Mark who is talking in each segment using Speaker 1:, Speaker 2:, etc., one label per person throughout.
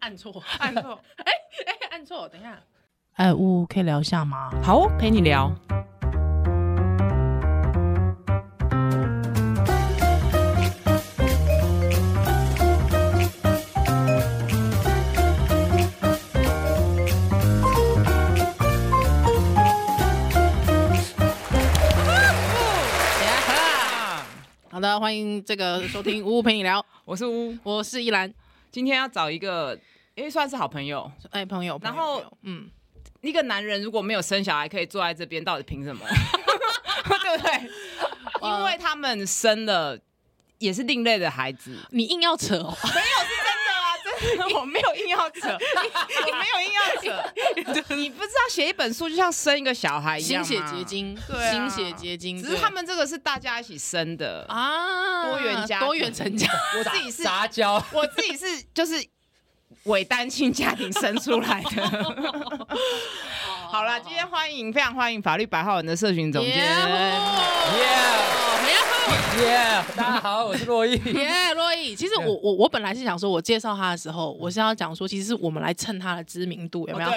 Speaker 1: 按 错，按错，哎哎，按错，等一下。
Speaker 2: 哎，呜，可以聊一下吗？
Speaker 3: 好、哦，陪你 聊。
Speaker 2: 好的，欢迎这个收听呜呜陪你聊，
Speaker 3: 我是乌，
Speaker 2: 我是依兰。
Speaker 3: 今天要找一个，因为算是好朋友，
Speaker 2: 哎，朋友，
Speaker 3: 然
Speaker 2: 朋友
Speaker 3: 后
Speaker 2: 朋友嗯，
Speaker 3: 一个男人如果没有生小孩，可以坐在这边，到底凭什么？ 对不对？因为他们生了也是另类的孩子，
Speaker 2: 你硬要扯哦，
Speaker 3: 真的啊，真的，我没有硬要扯，我没有硬 要扯，你不知道写一本书就像生一个小孩一样
Speaker 2: 心
Speaker 3: 吗
Speaker 2: 血结，晶，
Speaker 3: 对啊
Speaker 2: 心血结晶，
Speaker 3: 只是
Speaker 2: 对
Speaker 3: 他们这个是大家一起生的啊，
Speaker 2: 啊，
Speaker 3: 多元家庭
Speaker 2: 多元成家，
Speaker 3: 我自己是
Speaker 4: 杂交，
Speaker 3: 我自己是就是伪单亲家庭生出来的。 好啦，今天欢迎非常欢迎法律白话文的社群总监。哎
Speaker 2: 耶
Speaker 4: 耶！ 大家好，我是洛毅。
Speaker 3: 嗯
Speaker 2: 耶，洛伊。其实我我我本来是想说，我介绍他的时候，
Speaker 3: 嗯
Speaker 2: 我是要讲说，其实是我们来蹭他的知名度，有没有？
Speaker 3: 哦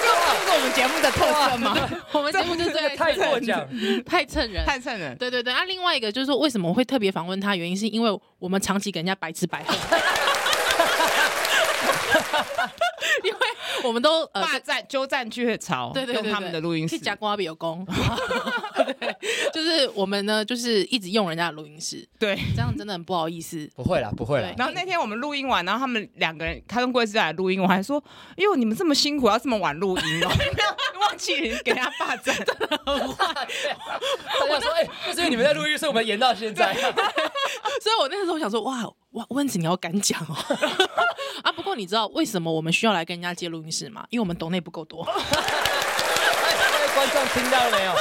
Speaker 3: 这是我们节目的特色吗？
Speaker 2: 我们节目就是
Speaker 4: 这个太过奖，
Speaker 2: 太蹭人，
Speaker 3: 太瘆人。
Speaker 2: 对对对，那、另外一个就是说，为什么我会特别访问他？原因是因为我们长期给人家白吃白喝， 因为我们都呃
Speaker 3: 霸占鸠占鹊巢，
Speaker 2: 对对对
Speaker 3: 用他们的录音室
Speaker 2: 去。加瓜比有 功，对，就是我们呢，就是一直用人家的录音室，
Speaker 3: 对。
Speaker 2: 这样真的很不好意思。
Speaker 4: 不会啦，不会啦
Speaker 2: 对。
Speaker 3: 然后那天我们录音完，然后他们两个人，他跟贵司来录音，我还说：“哎呦，你们这么辛苦，要这么晚录音 哦， 忘记给他霸占。
Speaker 4: 大家说，哎，就是因为你们在录音，所以我们延到现 在。哎
Speaker 2: 所以我那个时候想说，哇哇，温子你要敢讲哦 啊！不过你知道为什么我们需要来跟人家借录音室吗？因为我们懂内不够多。
Speaker 4: 各位观众听到了没有？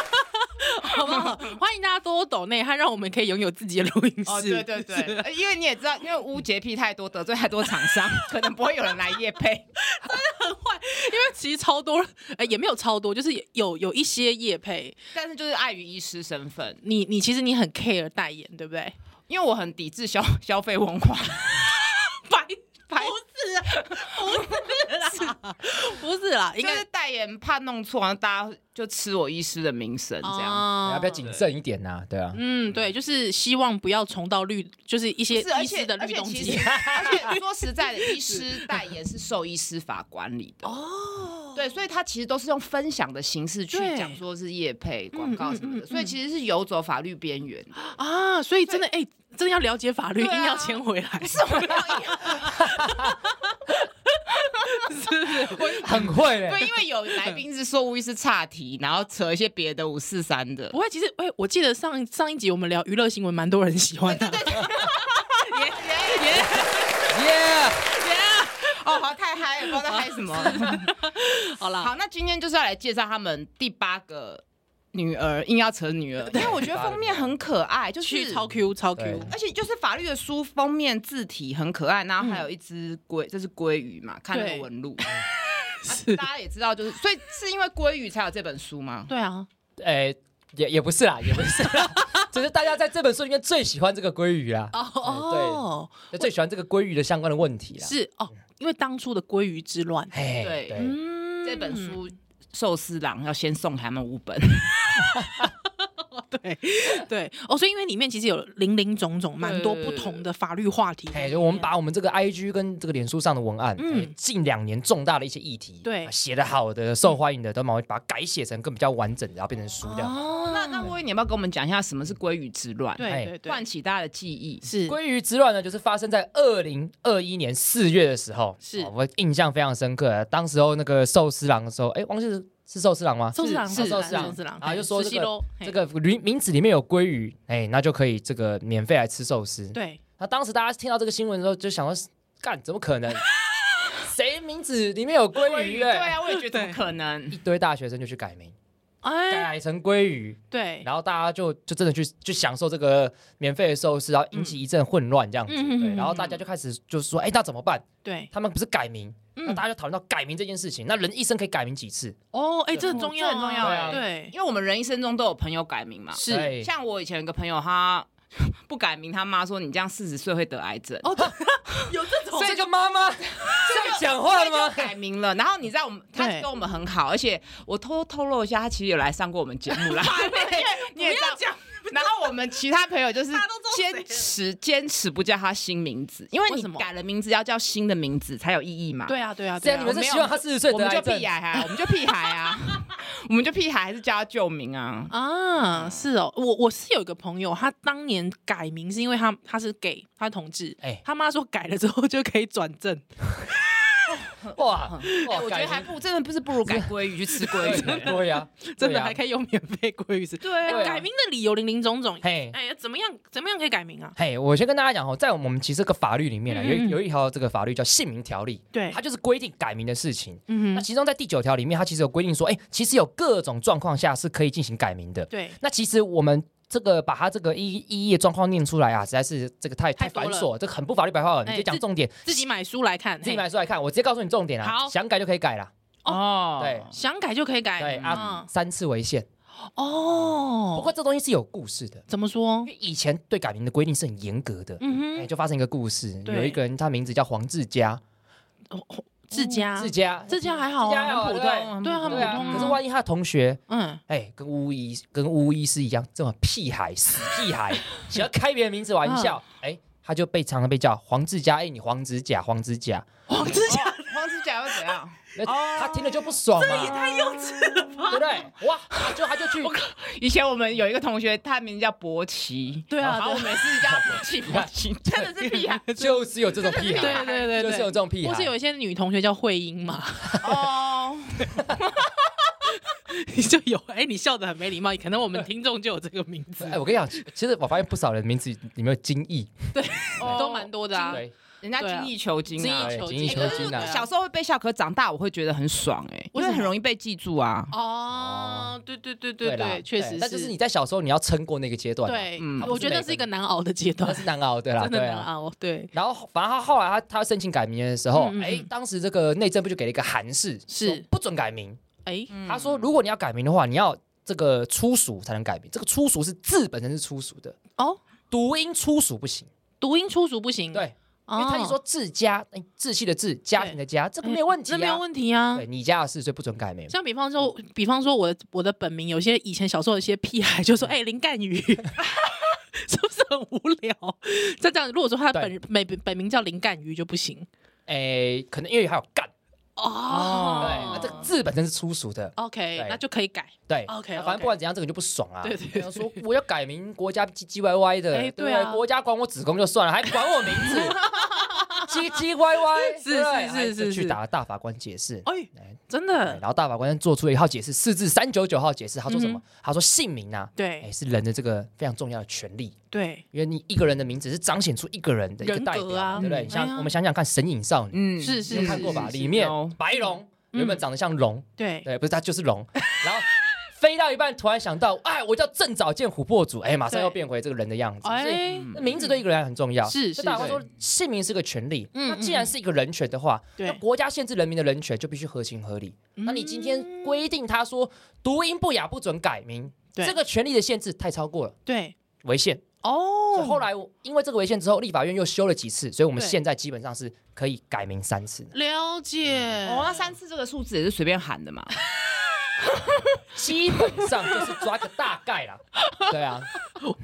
Speaker 2: 好不好？欢迎大家多多抖内，它让我们可以拥有自己的录音室。
Speaker 3: 哦，对对对，呃因为你也知道，因为污洁癖太多，得罪太多厂商，可能不会有人来夜配。
Speaker 2: 因为其实超多，呃，也没有超多，就是有有一些业配，
Speaker 3: 但是就是碍于医师身份，
Speaker 2: 你你其实你很 care 代言，对不对？
Speaker 3: 因为我很抵制消消费文化，
Speaker 2: 白白不是啊，不是啦，不是啦，应
Speaker 3: 就
Speaker 2: 该
Speaker 3: 是代言怕弄错，然后大家就吃我医师的名声这样。
Speaker 4: 你
Speaker 2: 啊
Speaker 4: 要不要谨慎一点呐？对啊，
Speaker 2: 嗯，对，就是希望不要重蹈律，就是一些
Speaker 3: 是，而
Speaker 2: 医
Speaker 3: 且
Speaker 2: 师的
Speaker 3: 而
Speaker 2: 律
Speaker 3: 且
Speaker 2: 动
Speaker 3: 其
Speaker 2: 机
Speaker 3: 实，。而且说实在的，医师代言是受医师法管理的哦。对，所以他其实都是用分享的形式去
Speaker 2: 对
Speaker 3: 讲说是业配广告什么
Speaker 2: 嗯嗯
Speaker 3: 的，
Speaker 2: 嗯
Speaker 3: 所以其实是游走法律边缘的。
Speaker 2: 啊，所以真的哎、真的要了解法律，
Speaker 3: 对啊
Speaker 2: 硬要牵回来，
Speaker 3: 不是我要
Speaker 4: 很会
Speaker 3: 对，
Speaker 4: 嘞。
Speaker 3: 因为有来宾是说吴医师岔题，然后扯一些别的五四三的
Speaker 2: 不，会，其实哎、我记得上上一集我们聊娱乐新闻，蛮多人喜欢的。
Speaker 4: 耶！
Speaker 3: 哦，好太嗨了，不知道在嗨什么。
Speaker 2: 好啦，
Speaker 3: 好，那今天就是要来介绍他们第八个女儿，硬要扯女儿，因为我觉得封面很可爱，就是
Speaker 2: 去超 Q 超 Q，
Speaker 4: 对
Speaker 3: 而且就是法律的书封面字体很可爱，然后还有一只龟，这是鲑鱼嘛，看那
Speaker 2: 嗯对
Speaker 3: 个 纹路。啊大家也知道，就是所以是因为鲑鱼才有这本书吗？
Speaker 2: 对啊，
Speaker 4: 哎，也也不是啦，也不是 啦，只是大家在这本书里面最喜欢这个鲑鱼啦，
Speaker 2: 哦
Speaker 4: 哦，就最喜欢这个鲑鱼的相关的问题啦。
Speaker 2: 是哦，因为当初的鲑鱼之乱，
Speaker 4: 哎，
Speaker 3: 对
Speaker 4: 对，
Speaker 2: 嗯嗯
Speaker 3: 这本书寿司郎要先送他们五本，
Speaker 2: 对哦，所以因为里面其实有零零总总蛮多不同的法律话题，
Speaker 4: 哎，就我们把我们这个 I G 跟这个脸书上的文案，
Speaker 2: 嗯
Speaker 4: 嗯，近两年重大的一些议题，
Speaker 2: 对
Speaker 4: 啊写的好的、受欢迎的，都蛮会把它改写成更比较完整的，然后变成书这样。
Speaker 2: 哦，
Speaker 3: 那那威，你要不要跟我们讲一下什么是鲑鱼之乱？
Speaker 2: 对对
Speaker 3: 唤
Speaker 2: 对，
Speaker 3: 起大家的记忆。
Speaker 2: 是
Speaker 4: 鲑鱼之乱呢，就是发生在二零二一年四月的时候，
Speaker 2: 是
Speaker 4: 哦我印象非常深刻。当时候那个寿司郎的时候，哎，忘记是是寿司郎吗？
Speaker 2: 寿司郎
Speaker 4: 是
Speaker 2: 寿
Speaker 4: 寿
Speaker 2: 司
Speaker 4: 司
Speaker 2: 郎
Speaker 4: 郎
Speaker 2: 寿司郎
Speaker 4: 啊就说
Speaker 2: 嘿
Speaker 4: 这
Speaker 2: 十
Speaker 4: 个
Speaker 2: 七咯嘿
Speaker 4: 这个名名字里面有鲑鱼，哎，那就可以这个免费来吃寿司。
Speaker 2: 对
Speaker 4: 那当时大家听到这个新闻的时候，就想说，干，怎么可能？谁名字里面有鲑鱼？
Speaker 2: 欸
Speaker 3: 对
Speaker 4: 哎
Speaker 3: 啊，我也觉得怎么可能？
Speaker 4: 一堆大学生就去改名，
Speaker 2: 哎
Speaker 4: 改成鲑鱼，
Speaker 2: 对，
Speaker 4: 啊然后大家就就真的去去享受这个免费的寿司，然后引起一阵混乱这样子。
Speaker 2: 嗯嗯嗯
Speaker 4: 对，
Speaker 2: 嗯
Speaker 4: 然后大家就开始就是说，哎，那怎么办？
Speaker 2: 对
Speaker 4: 他们不是改名，那
Speaker 2: 嗯
Speaker 4: 大家就讨论到改名这件事情。那人一生可以改名几次？
Speaker 2: 哦，哎，这很重要啊，
Speaker 3: 这很重要
Speaker 4: 哎
Speaker 2: 对
Speaker 3: 因为我们人一生中都有朋友改名嘛。
Speaker 2: 是
Speaker 4: 对
Speaker 3: 像我以前有一个朋友，他 不改名，他妈说你这样四十岁会得癌症。
Speaker 2: 哦，有哦这种
Speaker 4: 这个妈妈 是在讲话的
Speaker 3: 所 以
Speaker 4: 吗
Speaker 3: 就？改名了，然后你知道我们，他
Speaker 2: 对
Speaker 3: 跟我们很好，而且我偷偷露一下，他其实有来上过我们节目啦。 对你也知道。然后我们其他朋友 就是
Speaker 1: 大家都知道谁了
Speaker 3: 坚持坚持不叫他新名字，因为
Speaker 2: 为
Speaker 3: 你
Speaker 2: 什么
Speaker 3: 改了名字要叫新的名字才有意义嘛。
Speaker 2: 对啊，对啊，
Speaker 4: 这
Speaker 2: 对啊，
Speaker 4: 样你
Speaker 2: 我
Speaker 4: 们是
Speaker 2: 没有
Speaker 4: 希望他四十岁
Speaker 3: 我
Speaker 4: 得
Speaker 3: 们
Speaker 4: 癌
Speaker 3: 就
Speaker 4: 症
Speaker 3: 屁？孩啊，我们就屁孩啊， 我们就屁孩，还是叫他救命啊？
Speaker 4: 嗯
Speaker 2: 啊，是哦，我我是有一个朋友，他当年改名是因为他他是 gay，他是同志，
Speaker 4: 哎
Speaker 2: 他妈说改了之后就可以转正，
Speaker 4: 哇，
Speaker 2: 嗯哎
Speaker 4: 哇
Speaker 3: 我觉得还不真的不是不如改鲑鱼去吃鲑鱼。
Speaker 4: 对呀，
Speaker 2: 真
Speaker 4: 对
Speaker 2: 的
Speaker 4: 呀
Speaker 2: 还可以用免费规矩。
Speaker 1: 对
Speaker 4: 对啊
Speaker 2: 哎改名的理由林林总总，
Speaker 4: 嘿。
Speaker 2: 哎，怎么样怎么样可以改名啊？
Speaker 4: 嘿我先跟大家讲哦，在我们其实这个法律里面呢，啊有
Speaker 2: 嗯嗯哎
Speaker 4: 一有一条这个法律叫姓名条例，
Speaker 2: 对
Speaker 4: 它，就是规定改名的事情。
Speaker 2: 嗯
Speaker 4: 那
Speaker 2: 哼，
Speaker 4: 其中在第九条里面，它其实有规定说，哎，其实有各种状况下是可以进行改名的。
Speaker 2: 对，
Speaker 4: 那其实我们这个把它这个一一页状况念出来啊，实在是这个太
Speaker 2: 太
Speaker 4: 太
Speaker 2: 多
Speaker 4: 繁
Speaker 2: 了
Speaker 4: 琐，这个很不法律白话文。
Speaker 2: 哎
Speaker 4: 你就讲
Speaker 2: 自
Speaker 4: 重点，
Speaker 2: 自己买书来看，
Speaker 4: 自己
Speaker 2: 嘿
Speaker 4: 买出来看，我直接告诉你重点啊
Speaker 2: 好，
Speaker 4: 想改就可以改啦。
Speaker 3: 哦
Speaker 4: 对
Speaker 2: 想改就可以改，
Speaker 4: 对啊
Speaker 2: 嗯，
Speaker 4: 三次为限。不
Speaker 2: 哦，
Speaker 4: 过这东西是有故事的，
Speaker 2: 怎么说
Speaker 4: 因？为以前对改名的规定是很严格的。哎、
Speaker 2: 嗯
Speaker 4: 就发生一个故事，
Speaker 2: 对
Speaker 4: 有一个人，他名字叫黄志佳，
Speaker 2: 哼，自家
Speaker 4: 志佳，
Speaker 2: 自家还好
Speaker 4: 自家
Speaker 2: 啊，
Speaker 4: 还好
Speaker 2: 很普
Speaker 4: 对
Speaker 2: 通，对啊，啊很普
Speaker 4: 对啊
Speaker 2: 通，
Speaker 4: 可是万一他的同学，
Speaker 2: 嗯，
Speaker 4: 哎、跟巫医跟巫医师一样，这么屁孩死屁孩，喜欢开别人名字玩笑，
Speaker 2: 嗯
Speaker 4: 哎、他就被常常被叫黄志佳，哎、你黄指甲，黄指甲，
Speaker 2: 黄之家
Speaker 3: 黄指甲又怎样？
Speaker 4: 那
Speaker 2: 哦
Speaker 4: 他听了就不爽嘛，
Speaker 3: 太幼稚了吧！
Speaker 4: 对不对？哇，他就他就去，
Speaker 3: 以前我们有一个同学，他名字叫博奇，
Speaker 2: 对啊
Speaker 4: 哦
Speaker 3: 然后我每次叫他 博奇，博 奇真的是屁孩
Speaker 4: 就是有这种屁
Speaker 2: 对
Speaker 4: 孩，
Speaker 2: 对对
Speaker 4: 就
Speaker 2: 对，
Speaker 4: 是有这种屁孩，
Speaker 2: 或是有一些女同学叫慧英嘛，
Speaker 3: 哦。
Speaker 2: 你就有哎、你笑得很没礼貌，可能我们听众就有这个名字
Speaker 4: 哎、，我跟你讲，其实我发现不少人名字里面有精益，
Speaker 2: 都蛮多的啊。
Speaker 4: 对，
Speaker 3: 人家精益求精
Speaker 2: 精
Speaker 3: 啊
Speaker 2: 益。
Speaker 4: 对
Speaker 2: 求
Speaker 4: 精益
Speaker 2: 精，
Speaker 4: 求
Speaker 2: 哎
Speaker 4: 精啊
Speaker 2: 可是
Speaker 3: 小时候会被笑，可是长大我会觉得很爽哎、
Speaker 2: 为
Speaker 3: 因
Speaker 2: 什
Speaker 3: 为
Speaker 2: 么
Speaker 3: 很容易被记住啊。
Speaker 2: 哦，对对对对
Speaker 4: 啦
Speaker 2: 对，确实
Speaker 4: 但就是你在小时候你要撑过那个阶段啊，
Speaker 2: 对，
Speaker 3: 嗯
Speaker 2: 我觉得那是一个难熬的阶
Speaker 4: 那
Speaker 2: 段，
Speaker 4: 是难熬的啦，
Speaker 2: 真的
Speaker 4: 对
Speaker 2: 难
Speaker 4: 啊。
Speaker 2: 熬。对，
Speaker 4: 然后，反正他后来他他申请改名的时候，哎、
Speaker 2: 嗯嗯嗯
Speaker 4: 当时这个内政部就给了一个函示，
Speaker 2: 是
Speaker 4: 说不准改名。
Speaker 2: 哎，
Speaker 4: 他说，如果你要改名的话，你要这个粗俗才能改名，这个粗俗是字本身是粗俗的，
Speaker 2: 哦，
Speaker 4: 读音粗俗不行。
Speaker 2: 读音粗俗不行，
Speaker 4: 对，因
Speaker 2: 哦，
Speaker 4: 为他一说志家，哎、志气的志，家庭的家，这个
Speaker 2: 哎
Speaker 4: 没有问题、
Speaker 2: 那
Speaker 4: 啊，
Speaker 2: 没有问题啊
Speaker 4: 对。你家的事，所以不准改名。
Speaker 2: 像比方说，比方说我的我的本名，有些以前小时候有些屁孩就
Speaker 4: 嗯
Speaker 2: 说：“哎、林干宇， 是不是很无聊？”再这样，如果说他的本本本名叫林干宇就不行
Speaker 4: 哎、可能因为还有干，对，
Speaker 2: 哦。
Speaker 4: 那这个字本身是粗俗的，
Speaker 2: OK，
Speaker 4: 对
Speaker 2: 那就可以改。
Speaker 4: 对啊
Speaker 2: OK，OK
Speaker 4: 反正不管怎样，这个就不爽啊。
Speaker 2: 对对对
Speaker 4: 然后说我要改名，国家唧唧歪歪的，
Speaker 2: 哎
Speaker 4: 对不
Speaker 2: 对啊
Speaker 4: 国家管我子宫就算了，还管我名 字，唧唧歪歪，
Speaker 2: 是
Speaker 4: 对不对
Speaker 2: 是是
Speaker 4: 还
Speaker 2: 是
Speaker 4: 去
Speaker 2: 是
Speaker 4: 打大法官解释。
Speaker 2: 哎
Speaker 4: 哎，
Speaker 2: 真
Speaker 4: 哎
Speaker 2: 的，
Speaker 4: 然后大法官做出了一号解释，四至三九九号解释，他说
Speaker 2: 嗯
Speaker 4: 什么？他说姓名啊，哎，
Speaker 2: 对
Speaker 4: 是人的这个非常重要的权利，
Speaker 2: 对，
Speaker 4: 因为你一个人的名字是彰显出一个人的一个
Speaker 2: 人
Speaker 4: 代
Speaker 2: 格
Speaker 4: 表，
Speaker 2: 啊
Speaker 4: 对不对？
Speaker 2: 嗯
Speaker 4: 你像
Speaker 2: 哎呀
Speaker 4: 我们想想看，《神隐少女》
Speaker 3: 嗯哦
Speaker 2: 是嗯
Speaker 4: 你有看过吧？里面
Speaker 3: 有
Speaker 4: 白龙原本长得像龙，
Speaker 2: 对
Speaker 4: 对，不是它就是龙， 然后飞到一半，突然想到，哎，我叫正早见琥珀主，哎，马上
Speaker 2: 对
Speaker 4: 又变回这个人的样子。所以
Speaker 2: 哎，
Speaker 3: 嗯
Speaker 4: 名字对一个人很重要，
Speaker 2: 是是
Speaker 4: 所以大家说姓名是个权利，
Speaker 2: 嗯
Speaker 4: 那既然是一个人权的话，
Speaker 2: 对嗯
Speaker 4: 那国家限制人民的人权就必须合情合理。那你今天规定他说读音不雅不准改名，
Speaker 2: 对
Speaker 4: 这个权利的限制太超过了，
Speaker 2: 对
Speaker 4: 违宪。所以
Speaker 2: 哦，
Speaker 4: 后来我因为这个违宪之后，立法院又修了几次，所以我们
Speaker 2: 对
Speaker 4: 现在基本上是可以改名三次的。
Speaker 2: 了解。
Speaker 4: 嗯
Speaker 3: 哦，那三次这个数字也是随便喊的 嘛。
Speaker 4: 基本上就是抓个大概啦。 对啊，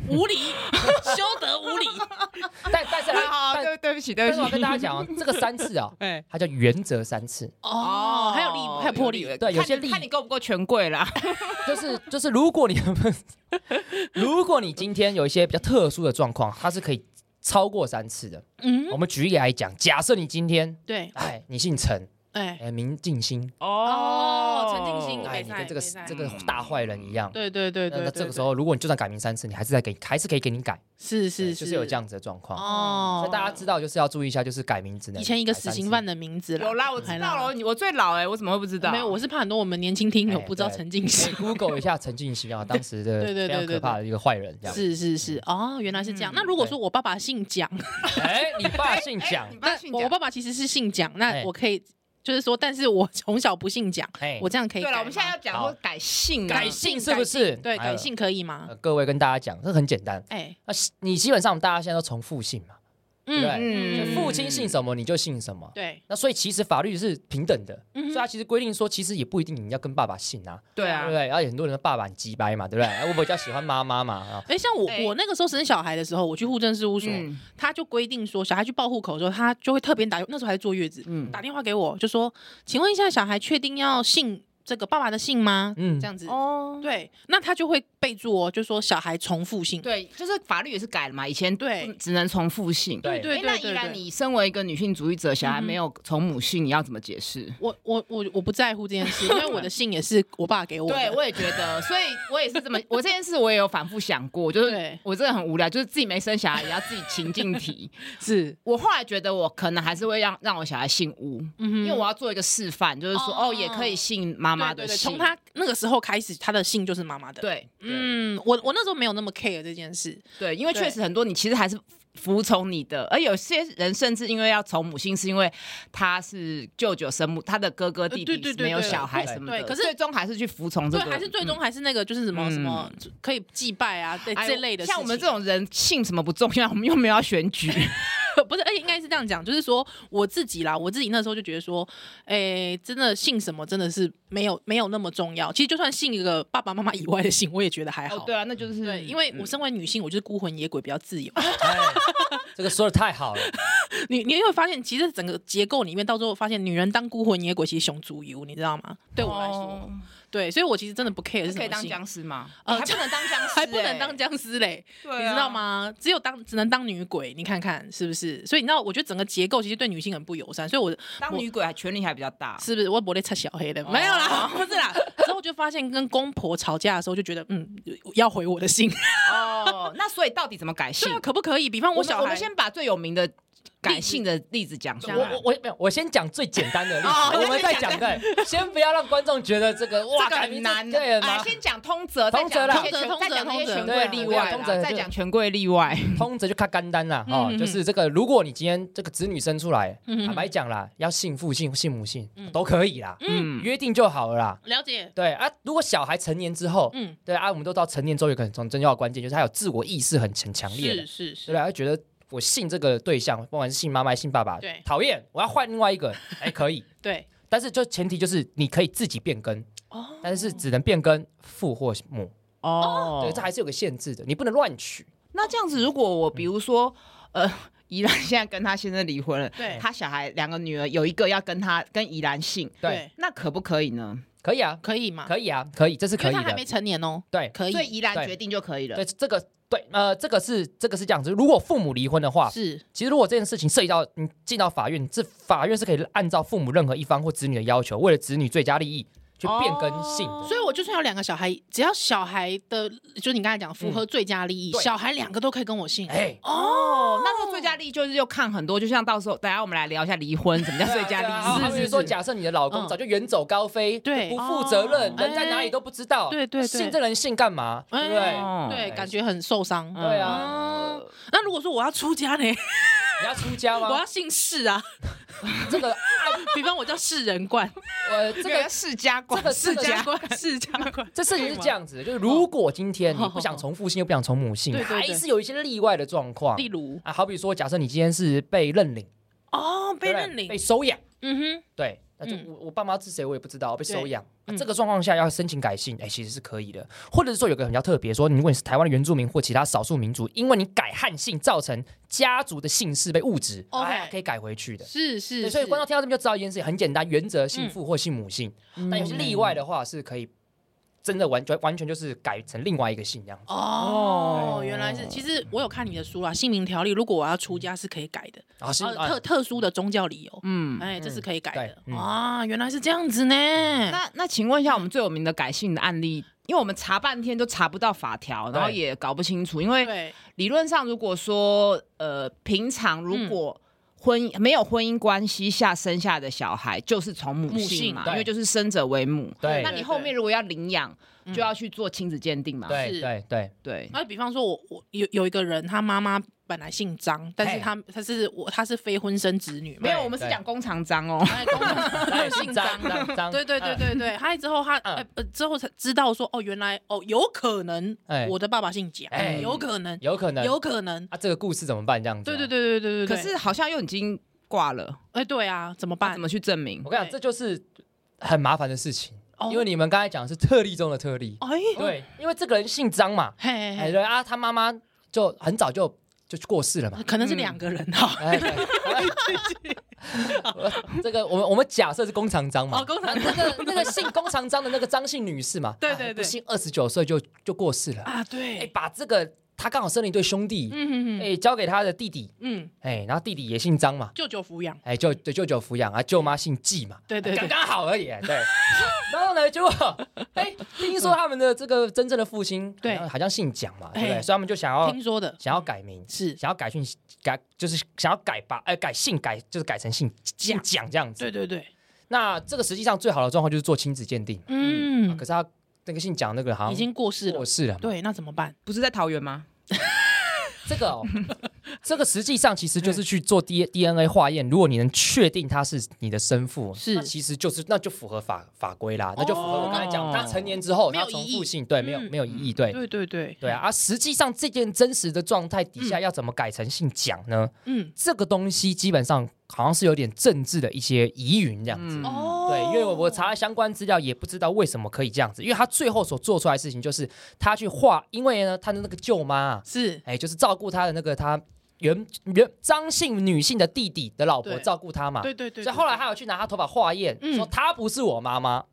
Speaker 2: 无 理，修得无理。
Speaker 4: 但但是
Speaker 3: 好，
Speaker 4: 但
Speaker 3: 对对不起，对
Speaker 4: 但
Speaker 3: 不
Speaker 4: 是我要
Speaker 3: 起
Speaker 4: 跟。大 家讲哦，这个三次啊，
Speaker 2: 哎，
Speaker 4: 它叫原则三次，
Speaker 2: 哦，还有力，还有魄力。
Speaker 4: 对有些
Speaker 3: 看你
Speaker 4: 力
Speaker 3: 看你够不够权贵 啦。
Speaker 4: 就是就是如果你 如果你今天有一些比较特殊的状况，它是可以超过三次的。
Speaker 2: 嗯，
Speaker 4: 我们举例来讲，假设你今天
Speaker 2: 对，
Speaker 4: 哎，你姓陈，
Speaker 2: 哎，
Speaker 4: 哎，名静心，
Speaker 2: 哦陈进兴
Speaker 4: 哎，
Speaker 2: 没
Speaker 4: 你
Speaker 2: 事
Speaker 4: 跟这个
Speaker 2: 没事
Speaker 4: 这个大坏人一样。
Speaker 2: 对对对
Speaker 4: 那
Speaker 2: 对，
Speaker 4: 那
Speaker 2: 对
Speaker 4: 这个时
Speaker 2: 对
Speaker 4: 候，如果你就算改名三次，你还是在给，还是可以给你改，
Speaker 2: 是是
Speaker 4: 对就是有这样子的状况。
Speaker 2: 哦，
Speaker 4: 嗯所以大家知道，就是要注意一下，就是改名字。
Speaker 2: 以前一个死刑犯的名字啦
Speaker 3: 有啦，我知道了，
Speaker 2: 哎啦
Speaker 3: 你我最老哎，我怎么会不知道？
Speaker 2: 没有，我是怕很多我们年轻听友不知道
Speaker 4: 哎对
Speaker 2: 陈进
Speaker 4: 可以
Speaker 2: 兴。
Speaker 4: Google 一下陈进兴啊，当时 的
Speaker 2: 对对对
Speaker 4: 非常可怕的一个坏人，这样。
Speaker 2: 是是是，
Speaker 4: 嗯
Speaker 2: 哦，原来是这
Speaker 3: 嗯
Speaker 2: 样。那如果说我爸爸姓蒋，
Speaker 4: 哎，你爸姓
Speaker 3: 哎
Speaker 4: 蒋
Speaker 3: 你，爸
Speaker 2: 那
Speaker 3: 姓
Speaker 2: 我
Speaker 3: 蒋
Speaker 2: 我爸爸其实是姓蒋，那
Speaker 4: 哎
Speaker 2: 我可以就是说，但是我 从小不姓蒋，
Speaker 4: 嘿
Speaker 2: 哎我这样可以
Speaker 3: 对了，
Speaker 2: 改
Speaker 3: 我们现在
Speaker 2: 吗
Speaker 3: 要讲说
Speaker 4: 好
Speaker 3: 改姓啊，
Speaker 4: 改姓是不是？
Speaker 2: 对
Speaker 4: 嗯还有
Speaker 2: 改、姓啊可以吗
Speaker 4: 呃？各位跟大家讲，这很简单。
Speaker 2: 哎，
Speaker 4: 那是你基本上大家现在都重复姓嘛，对
Speaker 2: 嗯，
Speaker 4: 不对？
Speaker 3: 嗯
Speaker 4: 就父亲姓什么你就姓什么。
Speaker 2: 对，
Speaker 4: 那所以其实法律是平等的，
Speaker 2: 嗯哼
Speaker 4: 所以它其实规定说，其实也不一定你要跟爸爸姓啊，
Speaker 3: 对啊
Speaker 4: 对不，对？而且很多人的爸爸很鸡掰嘛，对不对？哎我比较喜欢妈妈嘛，啊，
Speaker 2: 哎，像我
Speaker 3: 哎
Speaker 2: 我那个时候生小孩的时候，我去户政事务所，
Speaker 3: 嗯
Speaker 2: 他就规定说，小孩去报户口的时候，他就会特别打，那时候还坐月子，
Speaker 3: 嗯
Speaker 2: 打电话给我，就说，请问一下，小孩确定要姓这个爸爸的姓吗？
Speaker 4: 嗯
Speaker 2: 这，样子，
Speaker 3: 哦，
Speaker 2: 对，那他就会备注哦，就说小孩重复姓，
Speaker 3: 对，就是法律也是改了嘛，以前
Speaker 2: 对
Speaker 3: 不只能重复姓。
Speaker 4: 对
Speaker 2: 对
Speaker 3: 诶那
Speaker 2: 对
Speaker 3: 依
Speaker 2: 对
Speaker 3: 然，
Speaker 2: 对。
Speaker 3: 你身为一个女性主义者，小孩
Speaker 2: 嗯哼
Speaker 3: 没有从母姓，你要怎么解释？
Speaker 2: 我我我我不在乎这件事，因为我 的姓也是我爸给我的。
Speaker 3: 对，我也觉得，所以我也是这么，我这件事我也有反复想过，就是
Speaker 2: 对
Speaker 3: 我真的很无聊，就是自己没生小孩也要自己情境题。
Speaker 2: 是，
Speaker 3: 我后来觉得我可能还是会让让我小孩姓吴，
Speaker 2: 嗯哼
Speaker 3: 因为我要做一个示范，就是说
Speaker 2: 哦
Speaker 3: 哦，也可以姓妈妈
Speaker 2: 对
Speaker 3: 的
Speaker 2: 对对，
Speaker 3: 姓。
Speaker 2: 从他那个时候开始，他的姓就是妈妈的。，
Speaker 3: 对
Speaker 2: 嗯，我我那时候没有那么 care 这件事。
Speaker 3: 对，因为
Speaker 2: 对
Speaker 3: 确实很多你其实还是服从你的，而有些人甚至因为要从母姓，是因为他是舅舅生母，他的哥哥弟
Speaker 2: 呃对
Speaker 3: 弟
Speaker 2: 对
Speaker 3: 是
Speaker 2: 对
Speaker 3: 没有
Speaker 2: 对
Speaker 3: 小孩
Speaker 4: 对
Speaker 3: 什么的，
Speaker 2: 对可是
Speaker 3: 最终还是去服从这
Speaker 2: 对，嗯
Speaker 3: 个，
Speaker 2: 还是最终还是那个，就是什么什么可以祭拜啊，对
Speaker 3: 哎
Speaker 2: 这类的事情。
Speaker 3: 像我们这种人姓什么不重要，我们又没有要选举，
Speaker 2: 不是，而且应该是这样讲，就是说我自己啦，我自己那时候就觉得说，诶、真的姓什么真的是没有没有那么重要。其实就算姓一个爸爸妈妈以外的姓，我也觉得还好。
Speaker 3: 哦，对啊，那就是
Speaker 2: 对因为我身为女性，我就是孤魂野鬼，比较自由。
Speaker 4: 哎，这个说的太好了，
Speaker 2: 你你会发现，其实整个结构里面，到最后发现，女人当孤魂野鬼其实熊足油，你知道吗？对我来说，
Speaker 3: 哦
Speaker 2: 对，所以我其实真的不 care 是什
Speaker 3: 可以
Speaker 2: 么
Speaker 3: 当
Speaker 2: 姓
Speaker 3: 僵尸吗？
Speaker 2: 呃
Speaker 3: 还不能当僵尸欸，
Speaker 2: 还不能当僵尸嘞，
Speaker 3: 对啊
Speaker 2: 你知道？吗？只有当只能当女鬼，你看看是不是？所以你知道，我觉得整个结构其实对女性很不友善，所以我
Speaker 3: 当女鬼还权力还比较大，
Speaker 2: 是不是我不会擦小黑的？没有啦， 不是啦。之后就发现跟公婆吵架的时候，就觉得嗯，要回我的心，
Speaker 3: 哦，那所以到底怎么改姓
Speaker 2: 对啊，？可不可以？比方
Speaker 3: 我
Speaker 2: 小
Speaker 3: 们
Speaker 2: 孩，
Speaker 3: 我们先把最有名的改姓的例子讲下
Speaker 4: 我我
Speaker 3: 来。
Speaker 4: 我没有，我先讲最简单的例
Speaker 3: 啊哦
Speaker 4: 子，我们再讲对，先不要让观众觉得这个哇，
Speaker 3: 这个
Speaker 4: 感觉
Speaker 3: 很难，
Speaker 4: 对
Speaker 3: 哎，
Speaker 4: 吗？
Speaker 3: 先讲通则，
Speaker 4: 通则
Speaker 3: 再
Speaker 4: 啦
Speaker 3: 讲那些权
Speaker 2: 通则
Speaker 3: 再讲那些
Speaker 2: 通则
Speaker 3: 权
Speaker 4: 对
Speaker 3: 贵
Speaker 4: 啊
Speaker 3: 例
Speaker 4: 对啊
Speaker 3: 外
Speaker 4: 通则
Speaker 3: 啦，再
Speaker 4: 就
Speaker 3: 讲权贵例外。
Speaker 4: 通则就看干单啦，哦，
Speaker 2: 嗯
Speaker 4: 就是这个，如果你今天这个子女生出来，啊
Speaker 2: 嗯
Speaker 4: 坦白讲啦，要姓父姓姓母姓
Speaker 2: 嗯
Speaker 4: 都可以啦，
Speaker 3: 嗯，
Speaker 4: 约定就好了啦。
Speaker 2: 了解，
Speaker 4: 对啊，如果小孩成年之后，
Speaker 2: 嗯，
Speaker 4: 对啊，我们都知道成年之后有可能从重要的关键就是他有自我意识很很强烈的，
Speaker 2: 是是是，
Speaker 4: 对吧？他觉得我信这个对象，不管是信妈妈还是信爸爸，
Speaker 2: 对
Speaker 4: 讨厌，我要换另外一个， 哎，可以，
Speaker 2: 对
Speaker 4: 但是就前提就是你可以自己变更，
Speaker 2: 哦
Speaker 4: 但是只能变更父或母，
Speaker 3: 哦
Speaker 4: 对，这还是有个限制的，你不能乱取。
Speaker 3: 那这样子，如果我比如说，呃， 怡兰现在跟她先生离婚了，
Speaker 2: 对
Speaker 3: 她小孩两个女儿有一个要跟她跟怡兰姓，
Speaker 4: 对，
Speaker 2: 对，
Speaker 3: 那可不可以呢？
Speaker 4: 可以啊，
Speaker 2: 可以嘛？
Speaker 4: 可以啊，可以，这是
Speaker 2: 因
Speaker 4: 可
Speaker 2: 为
Speaker 4: 以
Speaker 2: 他还没
Speaker 4: 的。
Speaker 2: 成年哦，
Speaker 4: 对
Speaker 2: 可
Speaker 3: 所以
Speaker 2: 以
Speaker 3: 怡兰
Speaker 4: 对
Speaker 3: 决定就可以了
Speaker 4: 对，。这个对，呃，这个是这个是这样子。如果父母离婚的话，
Speaker 2: 是
Speaker 4: 其实如果这件事情涉及到你进到法院，这法院是可以按照父母任何一方或子女的要求，为了子女最佳利益去变更性的。
Speaker 2: 所以我就算有两个小孩，只要小孩的，就是你刚才讲符合最佳利益，
Speaker 4: 嗯对
Speaker 2: 小孩两个都可以跟我姓。
Speaker 4: 哎、
Speaker 3: 哦，那这个最佳利益就是又看很多，就像到时候等一下我们来聊一下离婚什么叫最佳
Speaker 4: 对啊
Speaker 3: 利益，
Speaker 4: 好比如说，假设你的老公
Speaker 2: 嗯
Speaker 4: 早就远走高飞，
Speaker 2: 对
Speaker 4: 不负责任，
Speaker 2: 哦
Speaker 4: 人在哪里都不知道，
Speaker 2: 对对对
Speaker 4: 信这人信干嘛？对
Speaker 2: 哎
Speaker 4: 不对？
Speaker 3: 哦
Speaker 2: 对，感觉很受伤。
Speaker 3: 嗯
Speaker 4: 对啊，
Speaker 2: 哦，那如果说我要出家 呢，
Speaker 4: 你要出家
Speaker 2: 我
Speaker 4: 吗
Speaker 2: 要？姓氏啊，
Speaker 4: 这个，
Speaker 2: 比方我叫世人 冠，
Speaker 4: 呃，这
Speaker 3: 这
Speaker 4: 个
Speaker 3: 个世家观
Speaker 4: 这个
Speaker 2: 世家冠，世家冠，
Speaker 4: 这事情是这样子的，就是如果今天你不想重复性又不想重母性，
Speaker 2: 对对对
Speaker 4: 还是有一些例外的状况
Speaker 2: 例如
Speaker 4: 啊，好比说，假设你今天是被认领，
Speaker 2: 哦，被
Speaker 4: 对不对
Speaker 2: 认领
Speaker 4: 被，收养，
Speaker 2: 嗯哼，
Speaker 4: 对，那就
Speaker 2: 嗯
Speaker 4: 我我爸妈是谁我也不知道，被收养。啊
Speaker 2: 嗯
Speaker 4: 这个状况下要申请改姓，哎，其实是可以的。或者是说有个比较特别，说如果你是台湾的原住民或其他少数民族，因为你改汉姓造成家族的姓氏被误植，
Speaker 2: OK
Speaker 4: 哎，可以改回去的。
Speaker 2: 是
Speaker 4: 对，
Speaker 2: 是，
Speaker 4: 所以
Speaker 2: 是嗯
Speaker 4: 观众听到这边就知道一件事情，很简单，原则姓父或姓母姓。但有些例外的话是可以真的完全完全就是改成另外一个姓这样子。
Speaker 2: 哦，原来是，其实我有看你的书啦，姓名条例，如果我要出家是可以改的，
Speaker 4: 啊，是
Speaker 2: 呃，
Speaker 4: 啊
Speaker 2: 特特殊的宗教理由，
Speaker 3: 嗯，
Speaker 2: 哎，这是可以改
Speaker 4: 对嗯
Speaker 2: 的啊，原来是这样子呢，
Speaker 3: 那那请问一下，我们最有名的改姓的案例，因为我们查半天都查不到法条，然后
Speaker 4: 对
Speaker 3: 也搞不清楚。因为
Speaker 2: 对，
Speaker 3: 理论上，如果说呃，平常如果婚姻、没有婚姻关系下生下的小孩，就是从母
Speaker 2: 母
Speaker 3: 姓
Speaker 2: 姓
Speaker 3: 嘛，
Speaker 4: 对
Speaker 3: 因为就是生者为母。
Speaker 4: 对
Speaker 3: 那你后面如果要领养，就要去做亲子鉴定嘛。
Speaker 4: 对
Speaker 2: 是
Speaker 4: 对 对，
Speaker 3: 对
Speaker 2: 那比方说我，我有有一个人，他妈妈本来姓张，但
Speaker 4: 嘿
Speaker 2: 是他他是我他是非婚生子女嘛
Speaker 3: 没，有，我们是讲工厂章哦。
Speaker 2: 哎公公姓张。
Speaker 4: 脏脏，
Speaker 2: 对对对
Speaker 4: 嗯，
Speaker 2: 对对，他之后他
Speaker 4: 嗯
Speaker 2: 呃呃之后才知道说哦，原来哦有可能
Speaker 4: 哎
Speaker 2: 我的爸爸姓蒋
Speaker 4: 哎，
Speaker 2: 有可能
Speaker 4: 有可能
Speaker 2: 有可能，
Speaker 4: 啊，这个故事怎么办？这样子啊，
Speaker 2: 对对对对对对对。
Speaker 3: 可是好像又已经挂了，
Speaker 2: 哎对啊，怎么
Speaker 3: 那
Speaker 2: 办
Speaker 3: 怎？么去证明
Speaker 4: 我？跟你讲，
Speaker 2: 对
Speaker 4: 这就是很麻烦的事情，
Speaker 2: 哦
Speaker 4: 因为你们刚才讲的是特例中的特例，
Speaker 2: 哎
Speaker 4: 对，因为这个人姓张嘛，
Speaker 2: 嘿
Speaker 4: 哎
Speaker 2: 嘿
Speaker 4: 对啊，他妈妈就很早就就过世了嘛
Speaker 2: 嘿，，可能是两个人哈。
Speaker 4: 哎，对我 这个我们我们假设是工厂章嘛，
Speaker 2: 哦工厂
Speaker 4: 那个那个姓工厂章的那个张姓女士嘛，
Speaker 2: 对对
Speaker 4: 啊
Speaker 2: 对
Speaker 4: 不幸二十九岁就就过世了，
Speaker 2: 啊，
Speaker 4: 哎，
Speaker 2: 对，
Speaker 4: 把这个她刚好生了一对兄弟，
Speaker 2: 嗯嗯嗯
Speaker 4: 哎，交给她的弟弟，
Speaker 2: 嗯，
Speaker 4: 哎，然后弟弟也姓张嘛，
Speaker 2: 舅舅抚养，
Speaker 4: 哎，舅对舅舅抚养啊，舅妈姓季嘛，
Speaker 2: 对对对
Speaker 4: 刚刚好而已，哎对。 然后呢，结果哎，听说他们的这个真正的父亲，
Speaker 2: 对
Speaker 4: 好像好像姓蒋嘛，对不对？
Speaker 2: 哎
Speaker 4: 所以他们就想要
Speaker 2: 听说的
Speaker 4: 想要改名，
Speaker 2: 是，
Speaker 4: 想要改姓改，就是想要改把哎改姓改，就是改成姓姓蒋这样子。
Speaker 2: 对对对，
Speaker 4: 那这个实际上最好的状况就是做亲子鉴定，啊
Speaker 2: 嗯
Speaker 4: 可，是他那个姓蒋那个好像
Speaker 2: 已经过世了
Speaker 4: 过，世了嘛。
Speaker 2: 对，那怎么办？
Speaker 3: 不是在桃园吗？
Speaker 4: 这 个、哦，这个实际上其实
Speaker 2: 嗯
Speaker 4: 就是去做 D DNA 化验，如果你能确定他是你的生父，
Speaker 2: 是哦
Speaker 4: 那其实就是那就符合法法规啦，那就符合我刚才讲，
Speaker 3: 哦
Speaker 4: 他成年之后
Speaker 2: 没有
Speaker 4: 他重
Speaker 2: 异
Speaker 4: 复
Speaker 2: 议
Speaker 4: 性，对，没有
Speaker 2: 嗯
Speaker 4: 没有异议，对。
Speaker 2: 对对对，
Speaker 4: 对啊，啊，实际上这件真实的状态底下要怎么改成姓蒋呢？
Speaker 2: 嗯，
Speaker 4: 这个东西基本上好像是有点政治的一些疑云这样子。
Speaker 3: 嗯
Speaker 2: 哦，
Speaker 4: 对，因为我我查了相关资料，也不知道为什么可以这样子，因为他最后所做出来的事情就是他去画，因为呢，他的那个舅妈、啊，
Speaker 2: 是
Speaker 4: 哎，就是照顾他的那个他原原张姓女性的弟弟的老婆
Speaker 2: 对
Speaker 4: 照顾他嘛。
Speaker 2: 对对对，
Speaker 4: 所以
Speaker 2: 对
Speaker 4: 后来他有去拿他头发化验，
Speaker 2: 嗯
Speaker 4: 说她不是我妈妈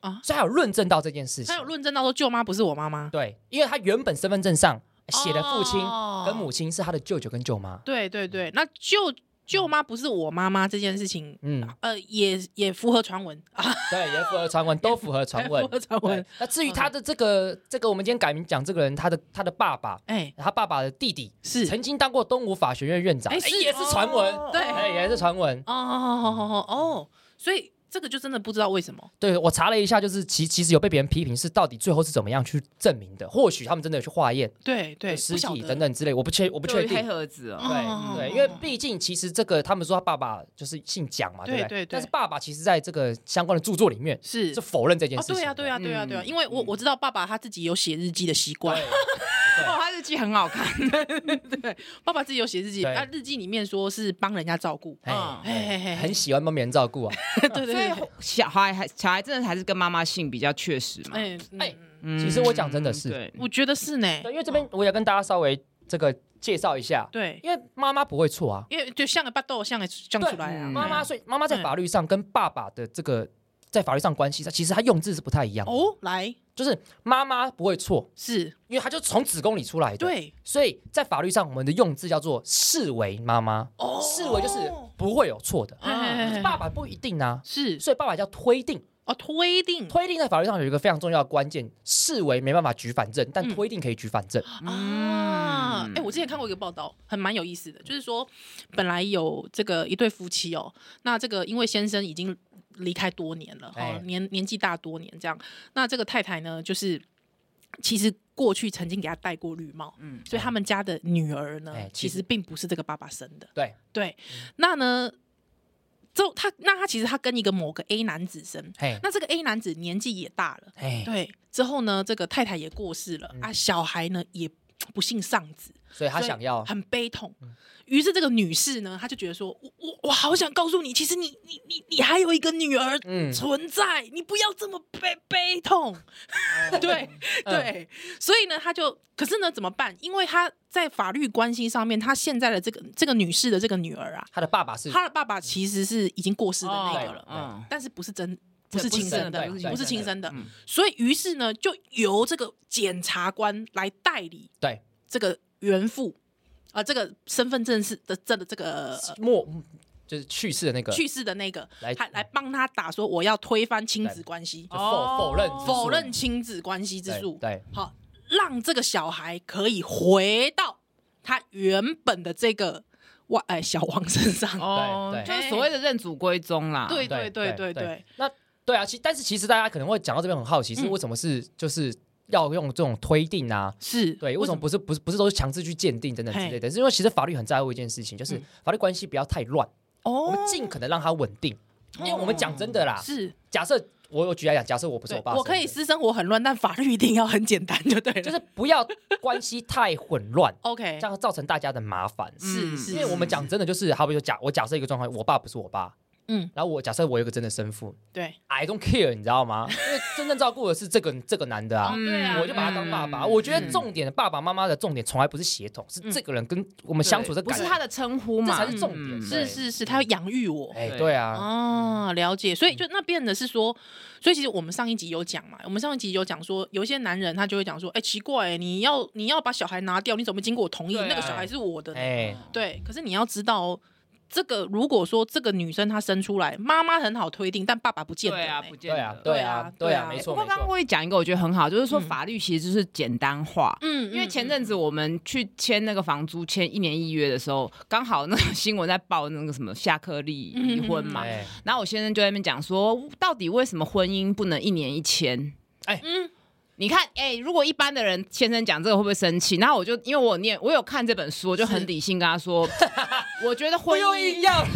Speaker 2: 啊
Speaker 4: 所以他有论证到这件事情
Speaker 2: 他。有论证到说舅妈不是我妈妈，
Speaker 4: 对，因为他原本身份证上写的父亲
Speaker 2: 哦
Speaker 4: 跟母亲是他的舅舅跟舅妈。
Speaker 2: 对对对，那舅舅妈不是我妈妈这件事情，
Speaker 4: 嗯，
Speaker 2: 呃，也也符合传闻啊，
Speaker 4: 对，也符合传闻，都符合 传
Speaker 2: 符
Speaker 4: 闻。
Speaker 2: 合传
Speaker 4: 对
Speaker 2: 闻，，
Speaker 4: 那至于他的这个这个，我们今天改名讲这个人，他的他的爸爸，
Speaker 2: 哎，
Speaker 4: 他爸爸的弟弟
Speaker 2: 是
Speaker 4: 曾经当过东吴法学院院长，
Speaker 2: 哎
Speaker 4: 哎
Speaker 2: 是哦
Speaker 4: 也是传闻，
Speaker 2: 对
Speaker 4: 哎也是传闻。
Speaker 2: 哦哦哦哦，所以这个就真的不知道为什么，
Speaker 4: 对我查了一下，就是其其实有被别人批评是到底最后是怎么样去证明的，或许他们真的有去化验
Speaker 2: 对对，
Speaker 4: 尸
Speaker 2: 不晓
Speaker 4: 体
Speaker 2: 得
Speaker 4: 等，等之类，我不确我
Speaker 3: 不
Speaker 4: 不确
Speaker 3: 黑
Speaker 4: 定。
Speaker 3: 盒子哦。
Speaker 4: 对
Speaker 2: 哦
Speaker 4: 对，因为毕竟其实这个他们说他爸爸就是姓蒋嘛，
Speaker 2: 对
Speaker 4: 不
Speaker 2: 对对
Speaker 4: 但是爸爸其实在这个相关的著作里面
Speaker 2: 是
Speaker 4: 是否认这件
Speaker 2: 哦，
Speaker 4: 事情的。
Speaker 2: 对啊对啊啊对啊对啊，
Speaker 3: 嗯
Speaker 2: 因为我我知道爸爸他自己有写日记的习惯，
Speaker 3: 哦，他日记很好看。
Speaker 2: 爸爸自己有写日记，
Speaker 4: 对
Speaker 2: 那日记里面说是帮人家照顾，
Speaker 4: 对，
Speaker 3: 嗯
Speaker 2: 哦嘿嘿
Speaker 4: 哎，
Speaker 2: 嘿
Speaker 4: 很喜欢帮别人照顾啊。
Speaker 2: 对 对
Speaker 3: 所以
Speaker 2: 对，
Speaker 3: 小孩还小孩真的还是跟妈妈姓比较确实嘛。
Speaker 2: 哎
Speaker 4: 哎
Speaker 2: 哎，
Speaker 3: 嗯
Speaker 4: 其实我讲真的是
Speaker 3: 对
Speaker 2: 我觉得是呢，
Speaker 4: 对，因为这边我也跟大家稍微这个介绍一下，
Speaker 2: 对，
Speaker 4: 因为妈妈不会错啊，
Speaker 2: 因为就像个巴豆，像个像出来啊，
Speaker 3: 嗯
Speaker 4: 妈妈所以妈妈在
Speaker 2: 嗯
Speaker 4: 法律上跟爸爸的这个在法律上关系上，其实他用字是不太一样的。
Speaker 2: 哦，来
Speaker 4: 就是妈妈不会错，
Speaker 2: 是
Speaker 4: 因为她就从子宫里出来的。，
Speaker 2: 对
Speaker 4: 所以在法律上，我们的用字叫做视为妈妈，
Speaker 2: 哦
Speaker 4: 视为就是不会有错的。
Speaker 2: 嘿嘿嘿嘿
Speaker 4: 爸爸不一定啊，
Speaker 2: 是
Speaker 4: 所以爸爸叫推定。
Speaker 2: 哦，推定
Speaker 4: 推定在法律上有一个非常重要的关键，视为没办法举反证，但
Speaker 2: 嗯
Speaker 4: 推定可以举反证。
Speaker 2: 啊！哎、
Speaker 3: 嗯
Speaker 2: 我之前看过一个报道，很蛮有意思的，就是说本来有这个一对夫妻哦，那这个因为先生已经离开多年了，
Speaker 4: 哎
Speaker 2: 哦，年年纪大多年这样，那这个太太呢，就是其实过去曾经给他戴过绿帽。
Speaker 3: 嗯
Speaker 2: 所以他们家的女儿呢，
Speaker 4: 哎其
Speaker 2: 其
Speaker 4: 实嗯
Speaker 2: 实并不是这个爸爸生的。
Speaker 4: 对
Speaker 2: 对，那呢，就他那他其实他跟一个某个 A 男子生，
Speaker 4: 嘿，
Speaker 2: 那这个 A 男子年纪也大了，
Speaker 4: 嘿，
Speaker 2: 对，之后呢，这个太太也过世了、啊，小孩呢也不幸丧子，
Speaker 4: 所以嗯他
Speaker 2: 所以
Speaker 4: 想要，嗯
Speaker 2: 很悲痛。于是这个女士呢，她就觉得说，我我我好想告诉你，其实你你你你还有一个女儿
Speaker 4: 嗯，
Speaker 2: 存在，你不要这么悲悲 痛。 对
Speaker 4: 嗯
Speaker 2: 对，所以呢，她就可是呢怎么办？因为她在法律关系上面，她现在的这个这个女士的这个女儿啊，
Speaker 4: 他的爸爸是
Speaker 2: 她的爸爸其实是已经过世的那个
Speaker 4: 哦
Speaker 2: 了，
Speaker 3: 嗯
Speaker 2: 但是不是真。
Speaker 3: 这
Speaker 2: 不是
Speaker 3: 不是
Speaker 2: 亲
Speaker 3: 真
Speaker 2: 生
Speaker 3: 的
Speaker 2: 的
Speaker 4: 对对，
Speaker 2: 不是
Speaker 4: 对
Speaker 2: 亲生的，
Speaker 3: 嗯
Speaker 2: 所以于是呢，就由这个检察官来代理
Speaker 4: 对
Speaker 2: 这个原父啊、这个身份证是的这的这个呃
Speaker 4: 末就是去世的那个
Speaker 2: 去世的那个，
Speaker 4: 来嗯
Speaker 2: 还来帮他打说我要推翻亲子关系
Speaker 4: 就，
Speaker 3: 哦
Speaker 4: 否否认之
Speaker 2: 否
Speaker 4: 诉
Speaker 2: 认亲子关系之
Speaker 4: 对
Speaker 2: 诉，
Speaker 4: 对
Speaker 2: 好让这个小孩可以回到他原本的这个外哎小王身上。
Speaker 3: 哦，
Speaker 4: 对
Speaker 3: 就是所谓的认祖归宗啦。
Speaker 2: 对
Speaker 4: 对
Speaker 2: 对对
Speaker 4: 对
Speaker 2: 对对，
Speaker 4: 那对啊，其但是其实大家可能会讲到这边很好奇，是
Speaker 2: 嗯
Speaker 4: 为什么是就是要用这种推定啊？
Speaker 2: 是
Speaker 4: 对，为什么 不是不是不是都是强制去鉴定等等之
Speaker 2: 嘿
Speaker 4: 类的？是因为其实法律很在乎一件事情，就是
Speaker 2: 嗯
Speaker 4: 法律关系不要太乱，我
Speaker 2: 哦
Speaker 4: 们尽可能让它稳定。因为我们讲真的啦，
Speaker 2: 是
Speaker 4: 假设我我举来讲，假设我不是
Speaker 2: 哦对
Speaker 4: 我，爸，
Speaker 2: 我可以，私生活很乱，但法律一定要很简单就对了。
Speaker 4: 就是不要关系太混乱，
Speaker 2: OK，
Speaker 4: 这样造成大家的麻烦。
Speaker 2: 是
Speaker 3: 嗯
Speaker 2: 是，
Speaker 4: 因为我们讲真的，就是好比说假我假设一个状况，我爸不是我爸，
Speaker 2: 嗯
Speaker 4: 嗯，然后我假设我有一个真的生父
Speaker 2: 对
Speaker 4: ，I don't care，你知道吗？因为真正照顾的是这个这个男的啊。
Speaker 1: 嗯对啊
Speaker 4: 我就把他当爸爸。
Speaker 3: 嗯
Speaker 4: 我觉得重点，爸爸妈妈的重点从来不是血统，是这个人跟我们相处的
Speaker 3: 不
Speaker 4: 感
Speaker 3: 是
Speaker 4: 觉。
Speaker 3: 他的称呼
Speaker 4: 这
Speaker 3: 嘛，
Speaker 4: 才是重点
Speaker 3: 嗯
Speaker 2: 是
Speaker 4: 对
Speaker 2: 是是，他要养育我。
Speaker 4: 哎，
Speaker 3: 对
Speaker 4: 对啊，
Speaker 3: 嗯
Speaker 2: 哦，了解，所以就那变的是说，所以其实我们上一集有讲嘛，我们上一集有讲说，有一些男人他就会讲说，哎、奇怪、你要你要把小孩拿掉，你怎么经过我同意？
Speaker 3: 对啊
Speaker 2: 那个小孩是我的呢，
Speaker 4: 哎，
Speaker 2: 对。可是你要知道、哦，这个如果说这个女生她生出来，妈妈很好推定，但爸爸不见得呢、
Speaker 3: 对啊，不见
Speaker 4: 对
Speaker 3: 得
Speaker 4: 啊，
Speaker 2: 对
Speaker 4: 对
Speaker 2: 啊
Speaker 4: 啊，
Speaker 2: 对
Speaker 4: 对
Speaker 2: 啊
Speaker 4: 啊，没
Speaker 3: 不
Speaker 4: 错
Speaker 3: 过
Speaker 4: 没
Speaker 3: 刚刚
Speaker 4: 错。
Speaker 3: 我也讲一个，我觉得很好，就是说
Speaker 2: 嗯
Speaker 3: 法律其实就是简单化。
Speaker 2: 嗯，嗯，
Speaker 3: 因为前
Speaker 2: 嗯
Speaker 3: 阵子我们去签那个房租，签一年一约的时候，刚好那个新闻在报那个什么夏克利
Speaker 2: 嗯
Speaker 3: 离婚嘛，
Speaker 4: 哎
Speaker 3: 然后我先生就在那边讲说，到底为什么婚姻不能一年一签？
Speaker 4: 哎
Speaker 2: 嗯
Speaker 3: 你看，哎、如果一般的人先生讲这个会不会生气？然后我就因为我有念我有看这本书，我就很理性跟他 说，我觉得
Speaker 4: 不
Speaker 3: 婚
Speaker 4: 用硬
Speaker 3: 姻，
Speaker 4: 要，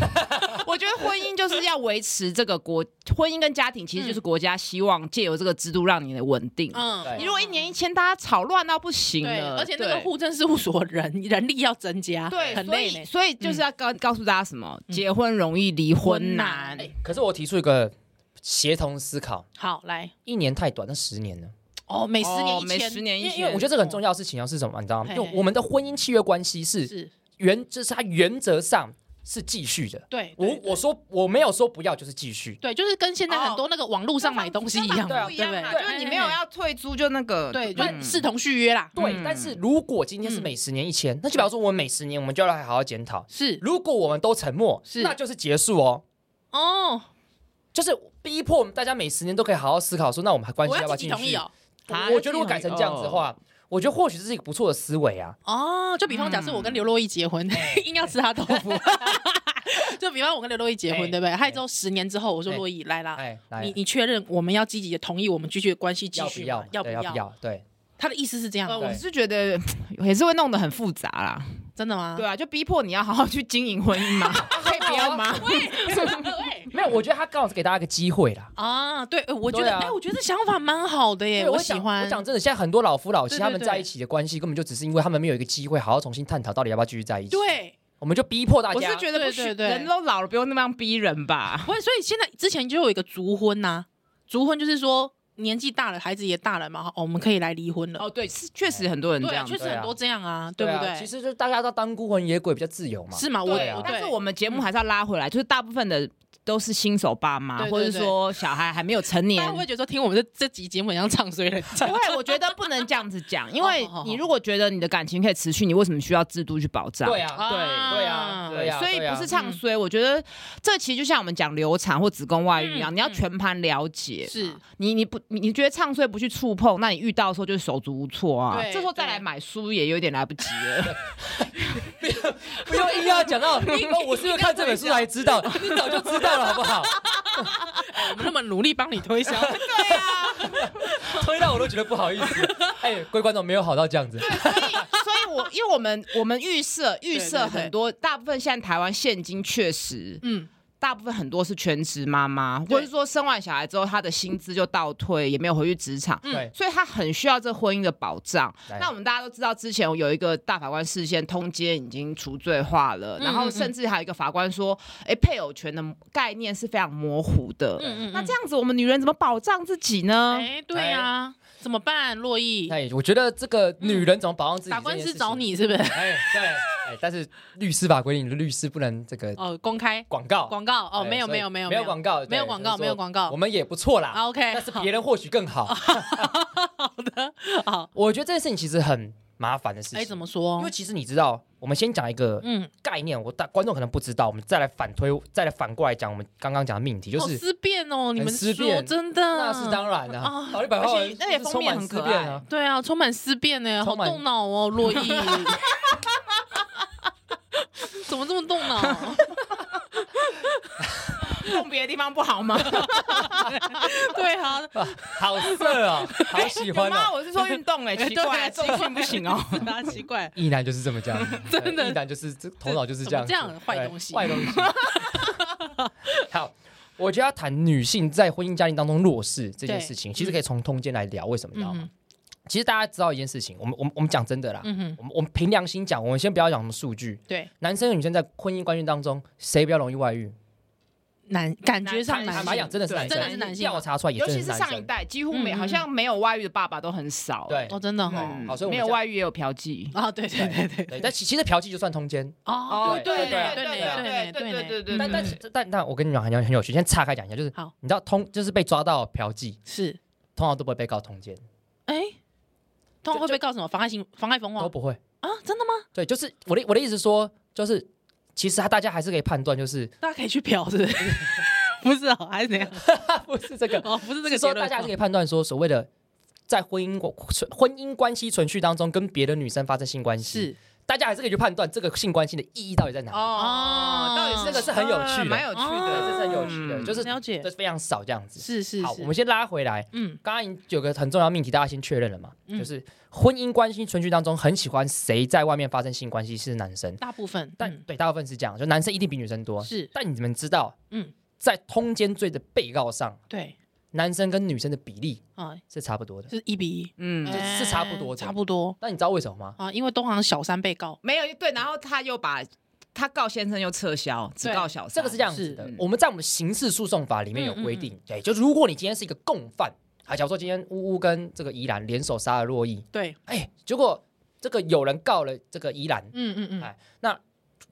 Speaker 3: 我觉得婚姻就是要维持这个国婚姻跟家庭，其实就是国家希望借由这个制度让你的稳定。
Speaker 2: 嗯，
Speaker 4: 对
Speaker 3: 你如果一年一签，大家吵乱到不行
Speaker 2: 对，
Speaker 3: 了，
Speaker 2: 而且那个
Speaker 3: 对
Speaker 2: 户政事务所人人力要增加，
Speaker 3: 对，
Speaker 2: 很
Speaker 3: 所
Speaker 2: 累
Speaker 3: 以
Speaker 2: 呢。嗯
Speaker 3: 所以就是要告、告诉大家什么，结婚容易离婚难。
Speaker 2: 哎
Speaker 4: 可是我提出一个协同思考，
Speaker 2: 好来
Speaker 4: 一年太短，那十年呢？
Speaker 2: 哦，每十年
Speaker 3: 哦
Speaker 2: 一
Speaker 3: 每
Speaker 2: 签，
Speaker 3: 十年一哦
Speaker 2: 因为
Speaker 3: 签
Speaker 2: 因
Speaker 4: 因
Speaker 2: 为
Speaker 4: 为
Speaker 2: 我
Speaker 4: 我
Speaker 2: 觉得
Speaker 4: 觉得这个很重要的事情啊要是什么，你知道吗？
Speaker 2: 嘿
Speaker 4: 就我们的婚姻契约关系是
Speaker 2: 是
Speaker 4: 原，这是它原则上是继续的。
Speaker 2: 对，
Speaker 4: 我
Speaker 2: 对
Speaker 4: 我说我没有说不要，就是继续。
Speaker 2: 对，就是跟现在很多那个网络上买东西一样
Speaker 3: 对
Speaker 2: 嘛，
Speaker 3: 啊，
Speaker 2: 对
Speaker 3: 一
Speaker 2: 不
Speaker 3: 样
Speaker 2: 对哎
Speaker 3: 嘛，？就是你没有要退租，就那个
Speaker 2: 对，就
Speaker 3: 嗯
Speaker 2: 是视同续约啦，
Speaker 4: 对
Speaker 3: 嗯，
Speaker 4: 但是如果今天
Speaker 2: 嗯
Speaker 4: 是每十年一千，那就表示我们每十年我们就要来好好检讨。
Speaker 2: 是
Speaker 4: 如果我们都沉默，
Speaker 2: 是
Speaker 4: 那就是结束哦。
Speaker 2: 哦，
Speaker 4: 就是逼迫我们大家每十年都可以好好思考，说那我们还关系
Speaker 2: 我
Speaker 4: 要
Speaker 2: 要
Speaker 4: 不要
Speaker 2: 自己
Speaker 4: 进
Speaker 2: 同意
Speaker 4: 去？
Speaker 2: 哦，
Speaker 3: 啊
Speaker 4: 我我觉得如果改成这样子的，话，我觉得或许这是一个不错的思维啊。
Speaker 2: 哦，就比方假设我
Speaker 4: 嗯
Speaker 2: 跟刘若一结婚， 硬要吃他豆 腐，就比方我跟刘若一结婚，
Speaker 4: 哎
Speaker 2: 对不对？害之后十年之后，我说
Speaker 4: 哎
Speaker 2: 若一来啦。
Speaker 4: 哎，来
Speaker 2: 啊你，你确认我们要积极的同意我们继续的关系继
Speaker 4: 要不
Speaker 2: 续
Speaker 4: 要
Speaker 2: 吗
Speaker 4: 嘛？
Speaker 2: 要不
Speaker 4: 对要不
Speaker 2: 要？
Speaker 4: 要？对，
Speaker 2: 他的意思是这样
Speaker 3: 呃，
Speaker 2: 吗，
Speaker 3: 我是觉得也是会弄得很复杂啦。
Speaker 2: 真的吗？
Speaker 3: 对啊，就逼迫你要好好去经营婚姻嘛，
Speaker 2: 啊
Speaker 3: 可以不要吗？
Speaker 2: 对
Speaker 4: 没有，我觉得他刚好是给大家一个机会啦。
Speaker 2: 啊，对，呃我觉
Speaker 4: 对
Speaker 2: 得
Speaker 4: 啊
Speaker 2: 哎，我觉得这想法蛮好的耶，
Speaker 4: 对我
Speaker 2: 喜
Speaker 4: 讲
Speaker 2: 欢
Speaker 4: 我。讲真的，现在很多老夫老
Speaker 2: 对
Speaker 4: 妻
Speaker 2: 对
Speaker 4: 他们在
Speaker 2: 对
Speaker 4: 一起的关系，根本就只是因为他们没有一个机会好好重新探讨到底要不要继续在一起。，
Speaker 2: 对，
Speaker 4: 我们就逼迫大
Speaker 3: 我是
Speaker 4: 家。
Speaker 3: 觉得不许
Speaker 2: 对对对
Speaker 3: 人都老了，不用那么样逼人吧。
Speaker 2: 不会，所以现在之前就有一个族婚呐、族婚就是说年纪大了，孩子也大了嘛，哦，我们可以来离婚了。
Speaker 3: 哦，对，是确实很多人这
Speaker 2: 对啊，
Speaker 3: 样
Speaker 2: 确
Speaker 3: 子。
Speaker 2: 实很多这样啊，对
Speaker 4: 对
Speaker 2: 不
Speaker 4: 啊
Speaker 2: 对？
Speaker 4: 其实就是大家都当孤魂野鬼比较自由嘛。啊
Speaker 2: 是吗？我
Speaker 3: 对
Speaker 2: 我，
Speaker 3: 但是
Speaker 2: 对嗯
Speaker 3: 我们节目还是要拉回来，就是大部分的都是新手爸妈
Speaker 2: 对，对
Speaker 3: 或者
Speaker 2: 对
Speaker 3: 说小孩还没有成
Speaker 2: 大
Speaker 3: 年
Speaker 2: 家会。不会觉得说听我们这这集节目很像唱衰人家
Speaker 3: 不？会，我觉得不能这样子讲，因为
Speaker 2: 哦好好好
Speaker 3: 你如果觉得你的感情可以持续，你为什么需要制度去保障？
Speaker 4: 对啊，对啊，对啊，
Speaker 3: 所以
Speaker 4: 对啊
Speaker 3: 不是唱
Speaker 2: 嗯
Speaker 3: 衰，我觉得这其实就像我们讲流产或子宫外孕一样，
Speaker 2: 嗯
Speaker 3: 你要全盘了解。
Speaker 2: 是
Speaker 3: 你你不你你觉得唱衰不去触碰，那你遇到的时候就是手足无措啊。
Speaker 2: 对
Speaker 3: 这时候再来买书也有点来不及 了。
Speaker 4: 不用硬要讲到，哦我是因为看这本书才知道，你早就知道了，好不好？
Speaker 2: 我们那么努力帮你推销，
Speaker 3: 对啊，
Speaker 4: 推到我都觉得不好意思。哎，各位观众没有好到这样 子，
Speaker 3: 所以我因为我们我们预设预设
Speaker 2: 对对
Speaker 3: 很多，大部分现在台湾现今确实。
Speaker 2: 嗯，
Speaker 3: 大部分很多是全职妈妈，或者说生完小孩之后，她的薪资就倒退，也没有回去职场，
Speaker 4: 对
Speaker 3: 所以她很需要这婚姻的保障。
Speaker 4: 来
Speaker 3: 嗯那我们大家都知道，之前有一个大法官事件，通奸已经除罪化了，
Speaker 2: 嗯
Speaker 3: 然
Speaker 2: 嗯
Speaker 3: 后
Speaker 2: 嗯
Speaker 3: 甚至还有一个法官说，哎、配偶权的概念是非常模糊的。
Speaker 2: 嗯嗯嗯
Speaker 3: 那这样子，我们女人怎么保障自己呢？
Speaker 2: 哎，对啊，怎么办？洛毅
Speaker 4: 哎，我觉得这个女人怎么保障自己？
Speaker 2: 打官司找。你是不 是？
Speaker 4: 哎，对，哎，但是律师法规定，律师不能这个
Speaker 2: 哦，公开
Speaker 4: 广告。
Speaker 2: 广告哦，
Speaker 4: 哎
Speaker 2: 没有
Speaker 4: 所以
Speaker 2: 没有没有
Speaker 4: 没有广告，对
Speaker 2: 没有广告
Speaker 4: 所以说
Speaker 2: 没有广告
Speaker 4: 我们也不错啦。
Speaker 2: 啊，OK，
Speaker 4: 但是
Speaker 2: 好
Speaker 4: 别人或许更好。
Speaker 2: 好的，好，
Speaker 4: 我觉得这件事情其实很麻烦的事情。
Speaker 2: 哎，怎么说
Speaker 4: 因为？其实你知道，我们先讲一个
Speaker 2: 嗯，
Speaker 4: 概念，我大观众可能不知道，我们再来反推，再来反过来讲我们刚刚讲的命题，就
Speaker 2: 好
Speaker 4: 是
Speaker 2: 思辨哦，你们
Speaker 4: 很思
Speaker 2: 说
Speaker 4: 辨
Speaker 2: 真的，
Speaker 4: 那是当然
Speaker 2: 啊
Speaker 4: 啊，法律白话
Speaker 3: 而
Speaker 4: 文
Speaker 3: 且那也
Speaker 4: 就是
Speaker 3: 封
Speaker 4: 充
Speaker 3: 面
Speaker 4: 满
Speaker 3: 很
Speaker 4: 思
Speaker 3: 可
Speaker 4: 辨
Speaker 3: 爱
Speaker 4: 啊。
Speaker 2: 对啊，充满思辨呢，好
Speaker 4: 充满
Speaker 2: 动脑 哦，洛伊，怎么这么动脑？
Speaker 3: 用别的地方不好 吗？
Speaker 2: 对啊，
Speaker 4: 好色哦，好喜 欢
Speaker 3: 有吗？
Speaker 4: 哦。
Speaker 3: 我是说运动哎，奇怪，
Speaker 2: 对
Speaker 3: 重训不行哦。
Speaker 2: 是啊，奇怪，
Speaker 4: 一男就是这么讲，
Speaker 2: 真的
Speaker 4: 一男就是这头脑就是这样子，
Speaker 2: 怎么这样坏东西
Speaker 4: 对坏东西。 好，我觉得要谈女性在婚姻家庭当中弱势这件
Speaker 2: 对
Speaker 4: 事情，其实可以从通奸来聊，为什么你知道吗？
Speaker 2: 嗯
Speaker 4: 其实大家知道一件事情，我们我们我们讲真的啦，
Speaker 2: 嗯哼，
Speaker 4: 我们我们凭良心讲，我们先不要讲什么数据，
Speaker 2: 对，
Speaker 4: 男生和女生在婚姻关系当中，谁比较容易外遇？
Speaker 2: 男感觉上
Speaker 4: 坦
Speaker 2: 男
Speaker 4: 坦白讲，
Speaker 2: 性，
Speaker 4: 真的是
Speaker 3: 对
Speaker 4: 男生，
Speaker 2: 真的是男性
Speaker 4: 调查出来 也
Speaker 3: 尤
Speaker 4: 真的
Speaker 3: 其
Speaker 4: 是
Speaker 3: 是
Speaker 4: 男
Speaker 3: 上一
Speaker 4: 生。
Speaker 3: 代，几乎没
Speaker 2: 嗯嗯
Speaker 3: 好像没有外遇的爸爸都很少。
Speaker 4: 对
Speaker 2: 哦，真的哈，
Speaker 3: 嗯，
Speaker 4: 好所以我
Speaker 3: 没
Speaker 4: 们
Speaker 3: 有
Speaker 4: 讲
Speaker 3: 外遇也有嫖妓。
Speaker 2: 啊，对对对对，
Speaker 4: 对，但其其实嫖妓就算通奸，
Speaker 2: 哦，
Speaker 4: 对
Speaker 2: 对对
Speaker 4: 对
Speaker 2: 对对对
Speaker 3: 对
Speaker 4: 但
Speaker 2: 嗯
Speaker 4: 但是但但我跟你讲很有很有趣，先岔开讲一下，就是
Speaker 2: 好
Speaker 4: 你知道通就是被抓到嫖妓，
Speaker 2: 是，
Speaker 4: 通常都不会被告通奸，
Speaker 2: 哎，通常会被告什么妨碍性妨碍风化
Speaker 4: 都不会。
Speaker 2: 啊？真的吗？
Speaker 4: 对，就是我的我的意思是说，就是其实他大家还是可以判断，就是
Speaker 2: 大家可以去嫖，是不是？ 不是哦，还是怎样？
Speaker 4: 他不是 这个，
Speaker 2: 哦， 不是这
Speaker 4: 是
Speaker 2: 个
Speaker 4: 说
Speaker 2: 结论，
Speaker 4: 大家还是可以判断说所谓的。在婚姻过婚姻关系存续当中，跟别的女生发生性关系，
Speaker 2: 是
Speaker 4: 大家还是可以去判断这个性关系的意义到底在哪里。
Speaker 3: 哦，到底
Speaker 2: 哦
Speaker 3: 是
Speaker 4: 这个是很有趣的
Speaker 3: 啊蛮有趣
Speaker 4: 对，
Speaker 2: 哦
Speaker 3: 的，
Speaker 4: 这是很有趣的，
Speaker 3: 嗯
Speaker 4: 就是
Speaker 2: 了解
Speaker 4: 就是非常少这样子。
Speaker 2: 是是
Speaker 4: 好，
Speaker 2: 是
Speaker 4: 我们先拉回来，
Speaker 2: 嗯
Speaker 4: 刚刚有个很重要的命题，大家先确认了嘛，
Speaker 2: 嗯
Speaker 4: 就是婚姻关系存续当中，很喜欢谁在外面发生性关系是男生，
Speaker 2: 大部分，
Speaker 4: 但、
Speaker 2: 嗯
Speaker 4: 对大部分是这样，就男生一定比女生多。
Speaker 2: 是
Speaker 4: 但你们知道，
Speaker 2: 嗯
Speaker 4: 在通奸罪的被告上，
Speaker 2: 对
Speaker 4: 男生跟女生的比例
Speaker 2: 啊，
Speaker 4: 是差不多的。
Speaker 2: 是一比一，
Speaker 3: 嗯，
Speaker 4: 是
Speaker 2: 哎
Speaker 4: 是差不多的
Speaker 2: 差不多
Speaker 4: 那你知道为什么吗？
Speaker 2: 啊，因为东航小三被告，
Speaker 3: 没有对，然后他又把他告先生又撤销，只告小
Speaker 4: 这
Speaker 3: 三，
Speaker 4: 个是这样子
Speaker 2: 是
Speaker 4: 的
Speaker 3: 嗯，
Speaker 4: 我们在我们刑事诉讼法里面有
Speaker 2: 嗯嗯
Speaker 4: 规定，对，就如果你今天是一个共犯，啊，假如说今天乌乌跟这个宜兰联手杀了洛伊，
Speaker 2: 对，
Speaker 4: 哎，结果这个有人告了这个宜兰，
Speaker 2: 嗯嗯嗯
Speaker 4: 哎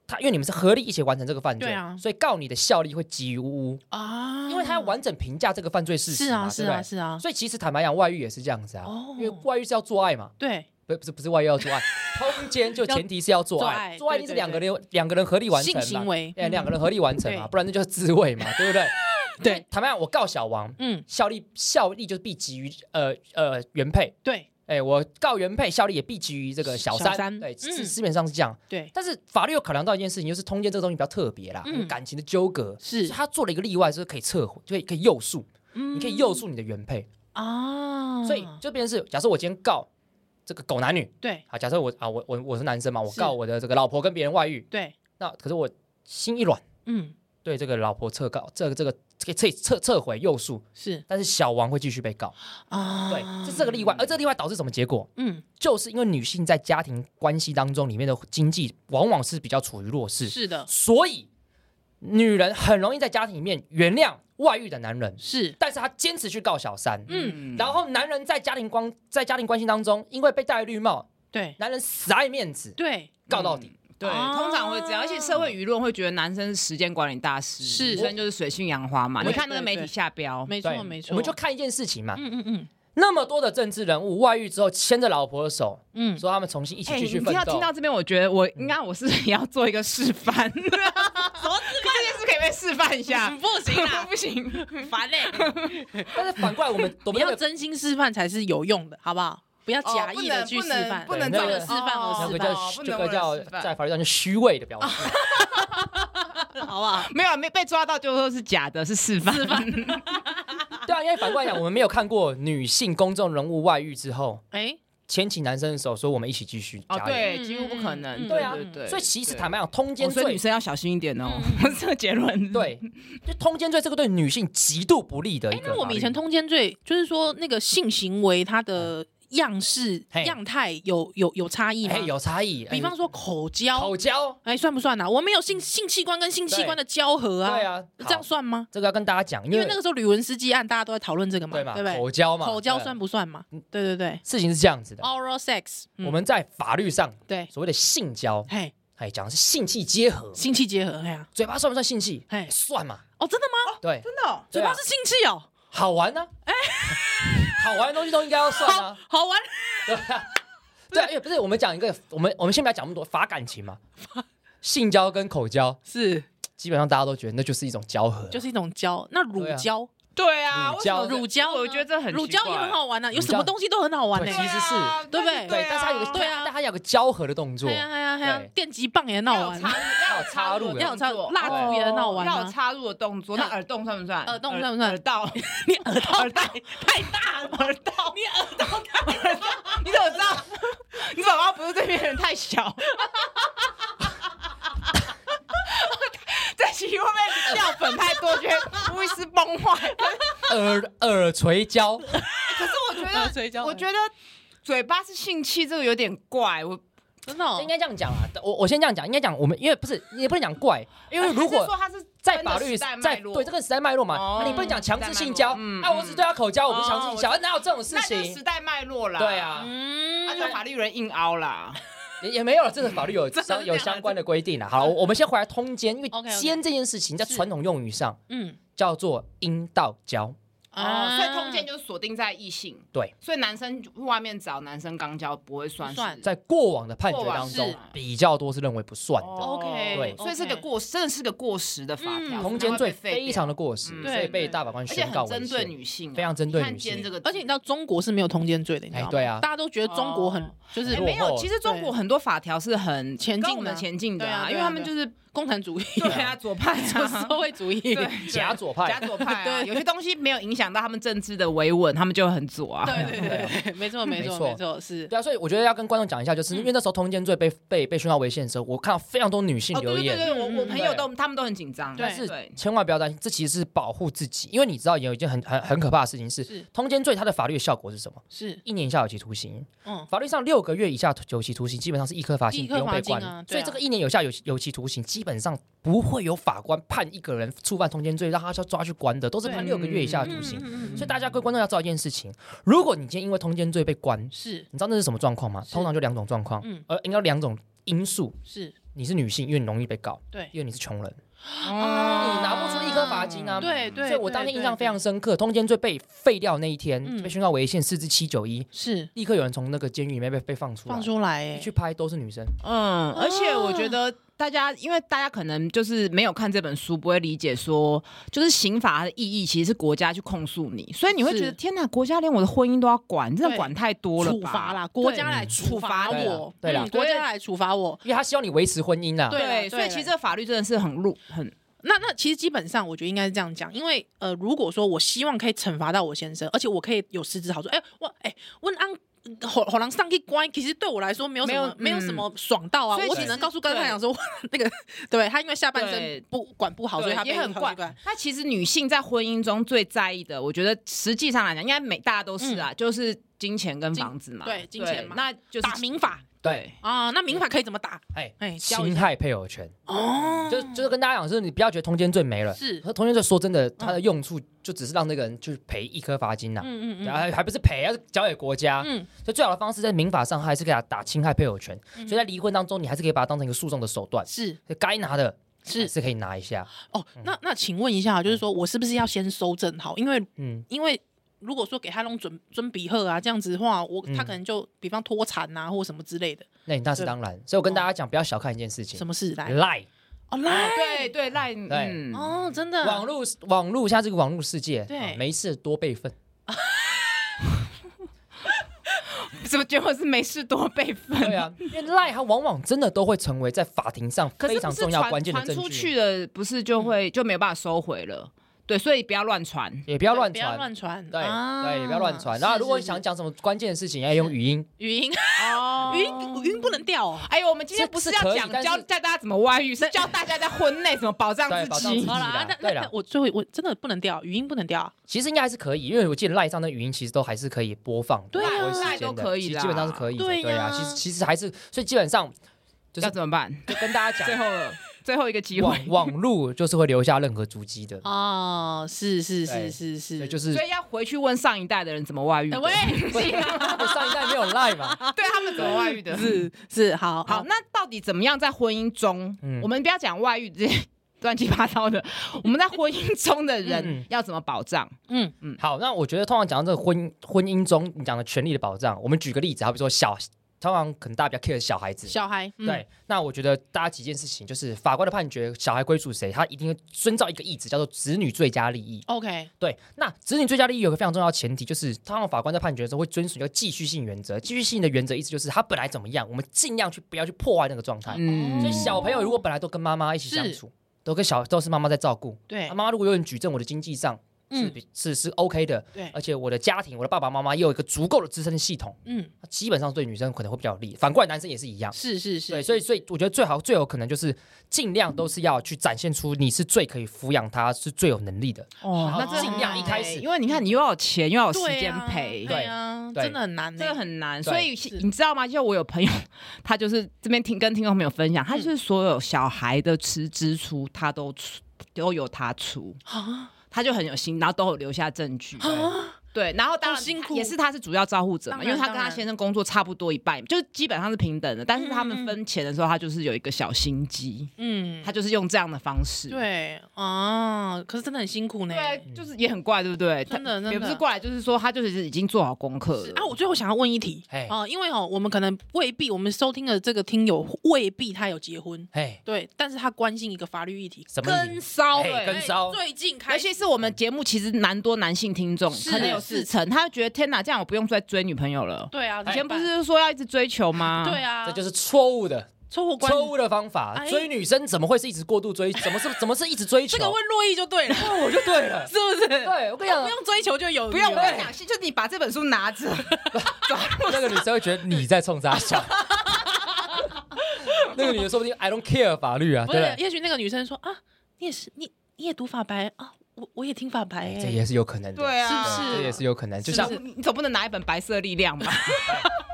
Speaker 4: 他因为你们是合力一起完成这个犯罪，
Speaker 2: 对啊
Speaker 4: 所以告你的效力会基于无辜，
Speaker 2: 啊，
Speaker 4: 因为他要完整评价这个犯罪事实
Speaker 2: 是啊
Speaker 4: 嘛，
Speaker 2: 是
Speaker 4: 对不
Speaker 2: 啊
Speaker 4: 对？
Speaker 2: 是啊，
Speaker 4: 所以其实坦白讲，外遇也是这样子啊，
Speaker 2: 哦
Speaker 4: 因为外遇是要做爱嘛，
Speaker 2: 对，
Speaker 4: 不不是不是外遇要做爱，通奸就前提是要做爱，
Speaker 2: 要做爱
Speaker 4: 做爱一定是
Speaker 2: 对对
Speaker 4: 两个人两个人合力完
Speaker 2: 性
Speaker 4: 成嘛，
Speaker 2: 行为，
Speaker 4: 哎，
Speaker 2: 嗯
Speaker 4: 两个人合力完成嘛，
Speaker 2: 对
Speaker 4: 不然那就是自卫 嘛，对不对？
Speaker 2: 对，
Speaker 4: 坦白讲，我告小王，
Speaker 2: 嗯
Speaker 4: 效力效力就是必及于呃呃原配，
Speaker 2: 对
Speaker 4: 哎，我告原配效力也必及于这个小
Speaker 2: 小
Speaker 4: 三，
Speaker 2: 三
Speaker 4: 对，是
Speaker 2: 嗯
Speaker 4: 基本上是这样。
Speaker 2: 对
Speaker 4: 但是法律有考量到一件事情，就是通奸这个东西比较特别啦，
Speaker 2: 嗯
Speaker 4: 有感情的纠葛，
Speaker 2: 是
Speaker 4: 所以他做了一个例外，就是可以撤回，就可以可以诱诉，
Speaker 2: 嗯
Speaker 4: 你可以诱诉你的原配，
Speaker 2: 啊，
Speaker 4: 所以就变成是，假设我今天告这个狗男女，
Speaker 2: 对
Speaker 4: 啊，假设我啊我我我是男生嘛，我
Speaker 2: 是
Speaker 4: 告我的这个老婆跟别人外遇，
Speaker 2: 对，
Speaker 4: 那可是我心一软，
Speaker 2: 嗯
Speaker 4: 对这个老婆撤告，这个这个这个撤撤撤回诱诉，
Speaker 2: 是
Speaker 4: 但是小王会继续被告，
Speaker 2: 啊，
Speaker 4: 对，这是这个例外，而这个例外导致什么结果？
Speaker 2: 嗯
Speaker 4: 就是因为女性在家庭关系当中里面的经济往往是比较处于弱势，
Speaker 2: 是的，
Speaker 4: 所以女人很容易在家庭里面原谅外遇的男人，
Speaker 2: 是
Speaker 4: 但是她坚持去告小三。
Speaker 2: 嗯
Speaker 4: 然后男人在家庭关在家庭关系当中，因为被戴绿帽，
Speaker 2: 对
Speaker 4: 男人死爱面子，
Speaker 2: 对
Speaker 4: 告到底。
Speaker 3: 对，
Speaker 2: 啊
Speaker 3: 通常会这样，而且社会舆论会觉得男生是时间管理大师，
Speaker 2: 是
Speaker 3: 女生就是水性杨花嘛。
Speaker 2: 对
Speaker 3: 你看那个媒体下标，
Speaker 2: 没
Speaker 4: 对
Speaker 2: 错没错，
Speaker 4: 我们就看一件事情嘛，
Speaker 2: 嗯嗯嗯
Speaker 4: 那么多的政治人物外遇之后牵着老婆的手，
Speaker 2: 嗯，。
Speaker 4: 说他们重新一起
Speaker 3: 哎，
Speaker 4: 继
Speaker 3: 你
Speaker 4: 续
Speaker 3: 听
Speaker 4: 奋
Speaker 3: 到
Speaker 4: 斗
Speaker 3: 听。到这边，我觉得我应该我是不 是也要做一个示范？什么示范？这件事可以被示范一
Speaker 4: 啊
Speaker 3: 下
Speaker 2: 不行啊啦，
Speaker 3: 不行，
Speaker 2: 烦嘞，
Speaker 4: 但是反过来，我们我
Speaker 2: 你
Speaker 4: 们那
Speaker 2: 要
Speaker 4: 个
Speaker 2: 真心示范才是有用的，好不好？不要
Speaker 3: 哦
Speaker 2: 假意的去
Speaker 3: 不
Speaker 2: 示
Speaker 3: 能哦
Speaker 2: 范，
Speaker 3: 不
Speaker 2: 为
Speaker 4: 能不能
Speaker 2: 了示范而
Speaker 4: 那
Speaker 2: 示
Speaker 4: 个
Speaker 2: 范，
Speaker 3: 不能
Speaker 4: 叫
Speaker 3: 不能
Speaker 4: 这个
Speaker 3: 我
Speaker 4: 叫
Speaker 3: 的示范
Speaker 4: 在法律上叫虚伪的表 示。
Speaker 2: 好不好？
Speaker 3: 没有没被抓到就说是假的，是示范。
Speaker 4: 对啊，因为反过来讲，我们没有看过女性公众人物外遇之后
Speaker 2: 哎，
Speaker 4: 牵起男生的手，说我们一起继续加
Speaker 3: 哦
Speaker 4: 油。，
Speaker 3: 对，
Speaker 2: 嗯
Speaker 3: 几乎不可能。
Speaker 2: 嗯
Speaker 4: 对啊
Speaker 3: 对对，
Speaker 4: 所以其实
Speaker 3: 对
Speaker 4: 坦白讲，通奸
Speaker 3: 哦所以
Speaker 4: 罪
Speaker 3: 女生要小心一点哦。 这个结论，
Speaker 4: 对，就通奸罪这个对女性极度不利的一
Speaker 2: 嗯哎
Speaker 4: 个，法律。
Speaker 2: 那我们以前通奸罪，就是说那个性行为它的样式
Speaker 4: 嘿、
Speaker 2: 样态有有有差异吗
Speaker 4: 哎？有差异，
Speaker 2: 比方
Speaker 4: 哎
Speaker 2: 说口交
Speaker 4: 口，交，
Speaker 2: 哎，算不算呢？我们有性性器官跟性器官的交合啊，
Speaker 4: 对，啊，
Speaker 2: 这样
Speaker 4: 好
Speaker 2: 算吗？
Speaker 4: 这个要跟大家讲，因
Speaker 2: 因
Speaker 4: 为
Speaker 2: 为那个时候吕文斯基案，大家都在讨论这个嘛，
Speaker 4: 对
Speaker 2: 对
Speaker 4: 嘛
Speaker 2: 不对？
Speaker 4: 口交嘛，
Speaker 2: 口交
Speaker 4: 对
Speaker 2: 算不算嘛？对对对
Speaker 4: 事情是这样子的，
Speaker 2: ，oral sex，嗯
Speaker 4: 我们在法律上
Speaker 2: 对，
Speaker 4: 所谓的性交，
Speaker 2: 嘿，
Speaker 4: 哎，讲的是性器结合，
Speaker 2: 性器结合，哎呀，
Speaker 4: 嘴巴算不算性器？
Speaker 2: 哎
Speaker 4: 算嘛，
Speaker 2: 哦，真的吗？
Speaker 4: 对，
Speaker 3: 真的哦
Speaker 2: 嘴巴
Speaker 4: 对啊
Speaker 2: 是性器哦，
Speaker 4: 好玩呢，哎， 好玩的东西都应该要算啊，
Speaker 2: 好玩，
Speaker 4: 对啊，对啊，因为不是我们讲一个，我们我们先不要讲那么多法感情嘛，性交跟口交
Speaker 2: 是
Speaker 4: 基本上大家都觉得那就是一种交合，
Speaker 2: 就是一种交，那乳
Speaker 4: 对啊
Speaker 2: 交
Speaker 3: 对啊，
Speaker 4: 乳
Speaker 3: 为什么
Speaker 4: 胶
Speaker 2: 乳胶呢
Speaker 3: 我觉得这很
Speaker 2: 乳胶也很好玩啊呢、有什么
Speaker 4: 乳胶
Speaker 2: 东西都很好玩呢、欸。
Speaker 3: 啊
Speaker 4: 对其实是
Speaker 2: 对不对
Speaker 4: 对，但是它有个
Speaker 2: 对啊
Speaker 4: 但它有个胶合的动作嗯
Speaker 2: 哎，呀哎呀哎呀
Speaker 4: 对，
Speaker 2: 电击棒也很好玩，啊
Speaker 3: 要有插入，
Speaker 2: 要有插
Speaker 3: 入
Speaker 2: 蜡烛也很好玩啊
Speaker 3: 要有插入的动作。那耳洞算不算？
Speaker 2: 耳洞算不算
Speaker 3: 耳道？
Speaker 2: 你耳朵
Speaker 3: 耳道
Speaker 2: 太大 了，
Speaker 3: 耳道，你耳道，耳道，你怎么知道？你宝宝不是这边人太 小。这期会不会掉粉太多，觉得路易斯崩坏？
Speaker 4: 耳耳垂胶，
Speaker 3: 可是 我
Speaker 2: 耳
Speaker 3: 觉
Speaker 2: 垂
Speaker 3: 得，
Speaker 2: 胶
Speaker 3: 我觉得嘴巴是性器，这个有点怪。我
Speaker 2: 真的哦、
Speaker 4: 应该这样讲啊。我我先这样讲，应该讲我们因为不是也不能讲怪，因为如
Speaker 3: 还是
Speaker 4: 果
Speaker 3: 说他是
Speaker 4: 在法律
Speaker 3: 在
Speaker 4: 在对这个时代脉络嘛，
Speaker 3: 哦
Speaker 4: 啊你不能讲强制性交
Speaker 3: 时代脉络嗯
Speaker 4: 啊，我只对他口交，我不
Speaker 3: 哦
Speaker 4: 强制性交，啊哪有这种事
Speaker 3: 那就是时
Speaker 4: 情？
Speaker 3: 代脉络啦。
Speaker 4: 对啊
Speaker 2: 嗯
Speaker 3: 那就法律人硬凹啦。
Speaker 4: 也也没有了，这个法 律有
Speaker 3: 这样
Speaker 4: 有相关的规定了。好，
Speaker 3: 嗯
Speaker 4: 我我们先回来通奸，因为
Speaker 2: OK，OK
Speaker 4: 奸这件事情在
Speaker 2: 是
Speaker 4: 传统用语上
Speaker 2: 嗯啊
Speaker 4: 叫做阴道交，
Speaker 3: 哦，所以通奸就是锁定在异性。
Speaker 4: 对，
Speaker 3: 所以男生外面找男生刚交不会算
Speaker 2: 不
Speaker 3: 是
Speaker 2: 算
Speaker 4: 在过往的判决
Speaker 3: 过往
Speaker 4: 当
Speaker 3: 是哦
Speaker 4: 中比较多是认为不算的。
Speaker 2: 哦
Speaker 3: OK，
Speaker 4: 对
Speaker 3: 所以是个过，真的是个过时的法条，
Speaker 2: 嗯
Speaker 4: 通奸罪非常
Speaker 3: 的，
Speaker 4: 的过时，
Speaker 3: 嗯
Speaker 4: 所以被大法官
Speaker 3: 而且
Speaker 4: 宣告
Speaker 3: 很
Speaker 4: 为
Speaker 3: 针
Speaker 4: 限
Speaker 3: 对女性啊，
Speaker 4: 非常针对
Speaker 3: 你看
Speaker 4: 女性
Speaker 3: 奸这个字，
Speaker 2: 而且你知道中国是没有通奸罪的，你知道吗？
Speaker 4: 哎对啊
Speaker 2: 大家都觉得中国很、
Speaker 3: 哦
Speaker 2: 就是
Speaker 3: 哎
Speaker 4: 落
Speaker 3: 没有，
Speaker 4: 后
Speaker 3: 其实中国很多法条是很
Speaker 2: 前进的
Speaker 3: 跟我们前进的
Speaker 2: 对啊
Speaker 3: 因为他们
Speaker 2: 对啊
Speaker 3: 就是
Speaker 2: 共产主义、
Speaker 3: 对啊，左派
Speaker 2: 就
Speaker 3: 啊
Speaker 2: 是社会主义，
Speaker 3: 对
Speaker 2: 对
Speaker 4: 假左派
Speaker 3: 假左派啊，
Speaker 2: 对
Speaker 3: 有些东西没有影响到他们政治的维稳，他们就很左啊。
Speaker 2: 对对对，没错没
Speaker 4: 没
Speaker 2: 错
Speaker 4: 错
Speaker 2: 没错，是
Speaker 4: 对啊，所以我觉得要跟观众讲一下，就是因
Speaker 3: 嗯
Speaker 4: 为那时候通奸罪被被被宣告违宪的时候，我看到非常多女性
Speaker 3: 哦，对
Speaker 4: 留
Speaker 3: 对对
Speaker 4: 言，
Speaker 3: 对，我我
Speaker 2: 嗯
Speaker 3: 朋友都他们都很紧张，
Speaker 2: 哎对
Speaker 4: 但是
Speaker 3: 对
Speaker 4: 千万不要担心，这其实是保护自己，因为你知道有一件很很很可怕的事情是，
Speaker 2: 是
Speaker 4: 通奸罪它的法律的效果是什么？
Speaker 2: 是，
Speaker 4: 一年以下有期徒刑，
Speaker 2: 嗯，
Speaker 4: 法律上六个月以下有期徒刑基本上是一颗罚金，
Speaker 2: 一
Speaker 4: 不
Speaker 2: 颗
Speaker 4: 用被
Speaker 2: 罚金
Speaker 4: 关。
Speaker 2: 啊
Speaker 4: 所
Speaker 2: 对
Speaker 4: 以
Speaker 2: 啊
Speaker 4: 这个一年有下有有期徒刑，基本上不会有法官判一个人触犯通奸罪让他要抓去关的，都是判
Speaker 3: 对
Speaker 4: 六个月以下的
Speaker 2: 嗯
Speaker 4: 徒刑。
Speaker 2: 嗯嗯
Speaker 4: 所以大家各位观众要知道一件事情：如果你今天因为通奸罪被关，
Speaker 2: 是
Speaker 4: 你知道那是什么状况吗？
Speaker 2: 是
Speaker 4: 通常就两种状况，
Speaker 2: 嗯
Speaker 4: 呃，应该有两种因素。
Speaker 2: 是，
Speaker 4: 你是女性，因为你容易被告；
Speaker 2: 对
Speaker 4: 因为你是穷人，
Speaker 2: 啊
Speaker 4: 你拿不出一颗罚金啊。
Speaker 2: 对对，
Speaker 4: 所以我当
Speaker 2: 对
Speaker 4: 天印
Speaker 2: 对
Speaker 4: 象非常深刻，通奸罪被废掉那一天，
Speaker 2: 嗯
Speaker 4: 被宣告违宪，四至七九一，
Speaker 2: 是
Speaker 4: 立刻有人从那个监狱里面被被放出来。
Speaker 2: 放出来
Speaker 4: 一
Speaker 2: 哎
Speaker 4: 去，拍都是女生，
Speaker 3: 嗯，而且我觉得大家，因为大家可能就是没有看这本书，不会理解说，就是刑法的意义其实是国家去控诉你，所以你会觉
Speaker 2: 是
Speaker 3: 得天哪，国家连我的婚姻都要管，真的
Speaker 2: 对
Speaker 3: 管太多了吧？
Speaker 2: 处罚啦，国家来处罚
Speaker 4: 对啦
Speaker 2: 我，
Speaker 4: 对啦
Speaker 2: 嗯国家来处罚我。
Speaker 4: 因为他希望你维持婚姻啊。
Speaker 2: 对
Speaker 3: 对，
Speaker 2: 啦
Speaker 3: 所以其实这个法律真的是很路很
Speaker 2: 那那其实基本上，我觉得应该是这样讲，因为呃，如果说我希望可以惩罚到我先生，而且我可以有实质好处，哎、我哎、问安。火火狼上去关，其实对我来说没有什么，
Speaker 3: 没
Speaker 2: 没
Speaker 3: 有
Speaker 2: 有
Speaker 3: 嗯
Speaker 2: 什么爽到啊
Speaker 3: 所以，
Speaker 2: 我
Speaker 3: 其
Speaker 2: 只
Speaker 3: 实
Speaker 2: 能告诉刚才讲说，我那个对他因为下半
Speaker 3: 对
Speaker 2: 身不管不好，所以
Speaker 3: 对
Speaker 2: 他被
Speaker 3: 也很
Speaker 2: 跑
Speaker 3: 怪
Speaker 2: 去关。。
Speaker 3: 那其实女性在婚姻中最在意的，我觉得实际上来讲，应该每大家都是啊，就是金钱跟
Speaker 2: 金
Speaker 3: 房子嘛。
Speaker 2: 嗯对金钱嘛
Speaker 3: 那就是
Speaker 2: 打民法
Speaker 3: 对。
Speaker 2: 啊，那民法可以怎么打？
Speaker 4: 哎，
Speaker 2: 哎，教一
Speaker 4: 侵
Speaker 2: 下
Speaker 4: 害配偶权，
Speaker 2: 哦，
Speaker 4: 就就是跟大家讲，就是你不要觉得通奸罪没了，
Speaker 2: 是
Speaker 4: 通奸罪说真的，它的用处就只是让那个人就是赔一颗罚金呐、
Speaker 2: 嗯嗯
Speaker 4: 然
Speaker 2: 嗯
Speaker 4: 后还还不是赔，要交给国家。
Speaker 2: 嗯，
Speaker 4: 所以最好的方式在民法上还是给他打侵害配偶权，所以在离婚当中，你还是可以把它当成一个诉讼的手段，
Speaker 2: 是
Speaker 4: 所以该拿的
Speaker 2: 是
Speaker 4: 还是可以拿一下。
Speaker 2: 哦，
Speaker 4: 嗯
Speaker 2: 那那请问一下，就是说我是不是要先收正好？因为
Speaker 4: 嗯，
Speaker 2: 因为如果说给他弄准准比赫啊这样子的话，我
Speaker 4: 嗯
Speaker 2: 他可能就比方脱产啊或什么之类的，
Speaker 4: 那你那是当然。所以我跟大家讲，不要小看一件事情
Speaker 2: 什，么事来
Speaker 4: 赖
Speaker 2: 哦来
Speaker 3: 对对赖嗯
Speaker 2: 哦，真的
Speaker 4: 网络网络现在这个网络世界，
Speaker 2: 对
Speaker 4: 啊没事多备份。
Speaker 3: 怎么结果是没事多备份？
Speaker 4: 对啊，因为赖它往往真的都会成为在法庭上
Speaker 3: 可是
Speaker 4: 非
Speaker 3: 不
Speaker 4: 常
Speaker 3: 是
Speaker 4: 重要
Speaker 3: 传
Speaker 4: 关键的证
Speaker 3: 传出
Speaker 4: 据，
Speaker 3: 去的不是就会就没有办法收回了，对，所以不要乱传。
Speaker 4: 也不要
Speaker 2: 对
Speaker 4: 乱
Speaker 2: 不要
Speaker 4: 传。
Speaker 2: 乱传，
Speaker 4: 对
Speaker 2: 啊
Speaker 4: 对，也不要乱传。
Speaker 2: 是
Speaker 4: 然后，如果你
Speaker 2: 是
Speaker 4: 想讲什么关键的事情，要用语音。
Speaker 2: 是语音
Speaker 3: 哦
Speaker 2: 语音语音不能掉哦，
Speaker 3: 哎呦，我们今天
Speaker 4: 是
Speaker 3: 不是
Speaker 4: 是可
Speaker 3: 要
Speaker 4: 以
Speaker 3: 讲
Speaker 4: 但是
Speaker 3: 教教大家怎么外遇，是教大家在婚内怎么保障
Speaker 4: 对保
Speaker 3: 自
Speaker 4: 障自
Speaker 3: 己
Speaker 4: 己。
Speaker 2: 好啦
Speaker 4: 啦，
Speaker 2: 那
Speaker 4: 对
Speaker 2: 那
Speaker 4: 啦
Speaker 2: 那我最后我真的不能掉语音不能掉啊，
Speaker 4: 其实应该还是可以，因为我记得赖上的语音其实都还是可以播放的，
Speaker 2: 对啊
Speaker 4: 不会时间的
Speaker 3: 赖都可以啦
Speaker 4: 其实基本上是可以的，
Speaker 2: 对
Speaker 4: 对
Speaker 2: 呀
Speaker 4: 啊，其实其实还是，所以基本上就是
Speaker 3: 要怎么办？
Speaker 4: 就跟大 家
Speaker 3: 最
Speaker 4: 讲，
Speaker 3: 后了，最后一个机会。
Speaker 4: 网网路就是会留下任何足迹的，
Speaker 2: 哦，是是
Speaker 4: 对
Speaker 2: 是是
Speaker 4: 对，
Speaker 2: 是，哎
Speaker 4: 就是是
Speaker 3: 所以要回去问上一代的人怎么外遇的，
Speaker 2: 喂 啊
Speaker 4: 上一代没有赖嘛，
Speaker 3: 哎对他们怎么外遇的。
Speaker 2: 是是好
Speaker 3: 好，那到底怎么样在婚姻中？
Speaker 4: 嗯
Speaker 3: 我们不要讲外遇这些乱七八糟的，我们在婚姻中的
Speaker 4: 嗯
Speaker 3: 人要怎么保障？
Speaker 2: 嗯
Speaker 4: 好，那我觉得通常讲到这个婚婚姻中你讲的权利的保障，我们举个例子，好比说小通常可能大家比较 care 小孩子。
Speaker 2: 小孩，嗯，
Speaker 4: 对，那我觉得大家几件事情，就是法官的判决，小孩归属谁，他一定会遵照一个意志，叫做子女最佳利益。
Speaker 2: ，OK，
Speaker 4: 对，那子女最佳利益有个非常重要的前提，就是通常法官在判决的时候会遵循一个继续性原则。继续性的原则意思就是他本来怎么样，我们尽量去不要去破坏那个状态。
Speaker 3: 嗯，
Speaker 4: 所以小朋友如果本来都跟妈妈一起相处，都跟小都是妈妈在照顾，
Speaker 2: 对
Speaker 4: 啊，妈妈如果有点举证，我的经济上
Speaker 2: 哎
Speaker 4: 是
Speaker 2: 嗯
Speaker 4: 比、是是 OK 的，
Speaker 2: 对
Speaker 4: 而且我的家庭，我的爸爸妈妈也有一个足够的支撑系统，
Speaker 2: 嗯，
Speaker 4: 基本上对女生可能会比较有利，反过来男生也是一样。
Speaker 2: 是是是，
Speaker 4: 对，所以所以我觉得最好最有可能就是尽量都是要去展现出你是最可以抚养他，是最有能力的。
Speaker 3: 哦，那
Speaker 4: 那这
Speaker 3: 这
Speaker 4: 尽量一
Speaker 2: 欸
Speaker 4: 开始
Speaker 3: 因为你看你又要有钱又要有时
Speaker 2: 对
Speaker 3: 间
Speaker 2: 啊
Speaker 3: 陪，
Speaker 2: 对啊，
Speaker 4: 对
Speaker 2: 真的很难欸，
Speaker 3: 这个很难，
Speaker 4: 对
Speaker 3: 所以你知道吗？就我有朋友，他就是这边听跟听众朋友分享，他就是所有小孩的吃支出，他都出都有他出，
Speaker 2: 啊，
Speaker 3: 他就很有心，然后都有留下证据。对，然后当然
Speaker 2: 好辛苦
Speaker 3: 也是他是主要照护者嘛，
Speaker 2: 当
Speaker 3: 因
Speaker 2: 然
Speaker 3: 为他跟他先生工作差不多一半，就基本上是平等的。但是他们分钱的时候，他就是有一个小心机，
Speaker 2: 嗯，
Speaker 3: 他就是用这样的方式。嗯
Speaker 2: 对啊，可是真的很辛苦呢。
Speaker 3: 对，就是也很怪，对不对？
Speaker 2: 真的
Speaker 3: 他
Speaker 2: 真的
Speaker 3: 也不是怪，就是说他就是已经做好功课了。
Speaker 2: 啊，我最后想要问一题
Speaker 4: 嘿
Speaker 2: 哦、因为哦，我们可能未必，我们收听的这个听友未必他有结婚，
Speaker 4: 哎，
Speaker 2: 对，但是他关心一个法律议题，
Speaker 4: 什么
Speaker 2: 跟骚
Speaker 4: 嘿
Speaker 2: 哎
Speaker 4: 跟骚
Speaker 2: 最近
Speaker 3: 尤
Speaker 2: 开始
Speaker 3: 其是我们节目其实蛮多男性听众，
Speaker 2: 是
Speaker 3: 可能有四成，他就觉得天哪，这样我不用再追女朋友了。
Speaker 2: 对啊，
Speaker 3: 以前不
Speaker 2: 怎么
Speaker 3: 是说要一直追求吗？
Speaker 2: 办对啊，
Speaker 4: 这就是错误的
Speaker 2: 错过关
Speaker 4: 错误的方法。
Speaker 2: 哎
Speaker 4: 追女生怎么会是一直过度追？怎么是怎么是一直追求？
Speaker 2: 这个问洛伊就对了，
Speaker 4: 我就对 了。
Speaker 2: 是不是？
Speaker 4: 对我跟你讲
Speaker 2: 不，用追求就有，
Speaker 3: 不用，我
Speaker 2: 有
Speaker 3: 跟你讲，就你把这本书拿着，
Speaker 4: 那个女生会觉得你在冲 啥笑。那个女的说不定 I don't care 法律啊，
Speaker 2: 不
Speaker 4: 对
Speaker 2: 是
Speaker 4: 不，对？
Speaker 2: 也许那个女生说啊，你也是，你你也读法白啊，我我也听法白、欸，
Speaker 4: 哎这 也是有可能 的，
Speaker 3: 对啊，
Speaker 2: 是不是
Speaker 4: 这也是有可能。就
Speaker 2: 这
Speaker 4: 像
Speaker 2: 样是
Speaker 3: 你总不能拿一本《白色力量》吧？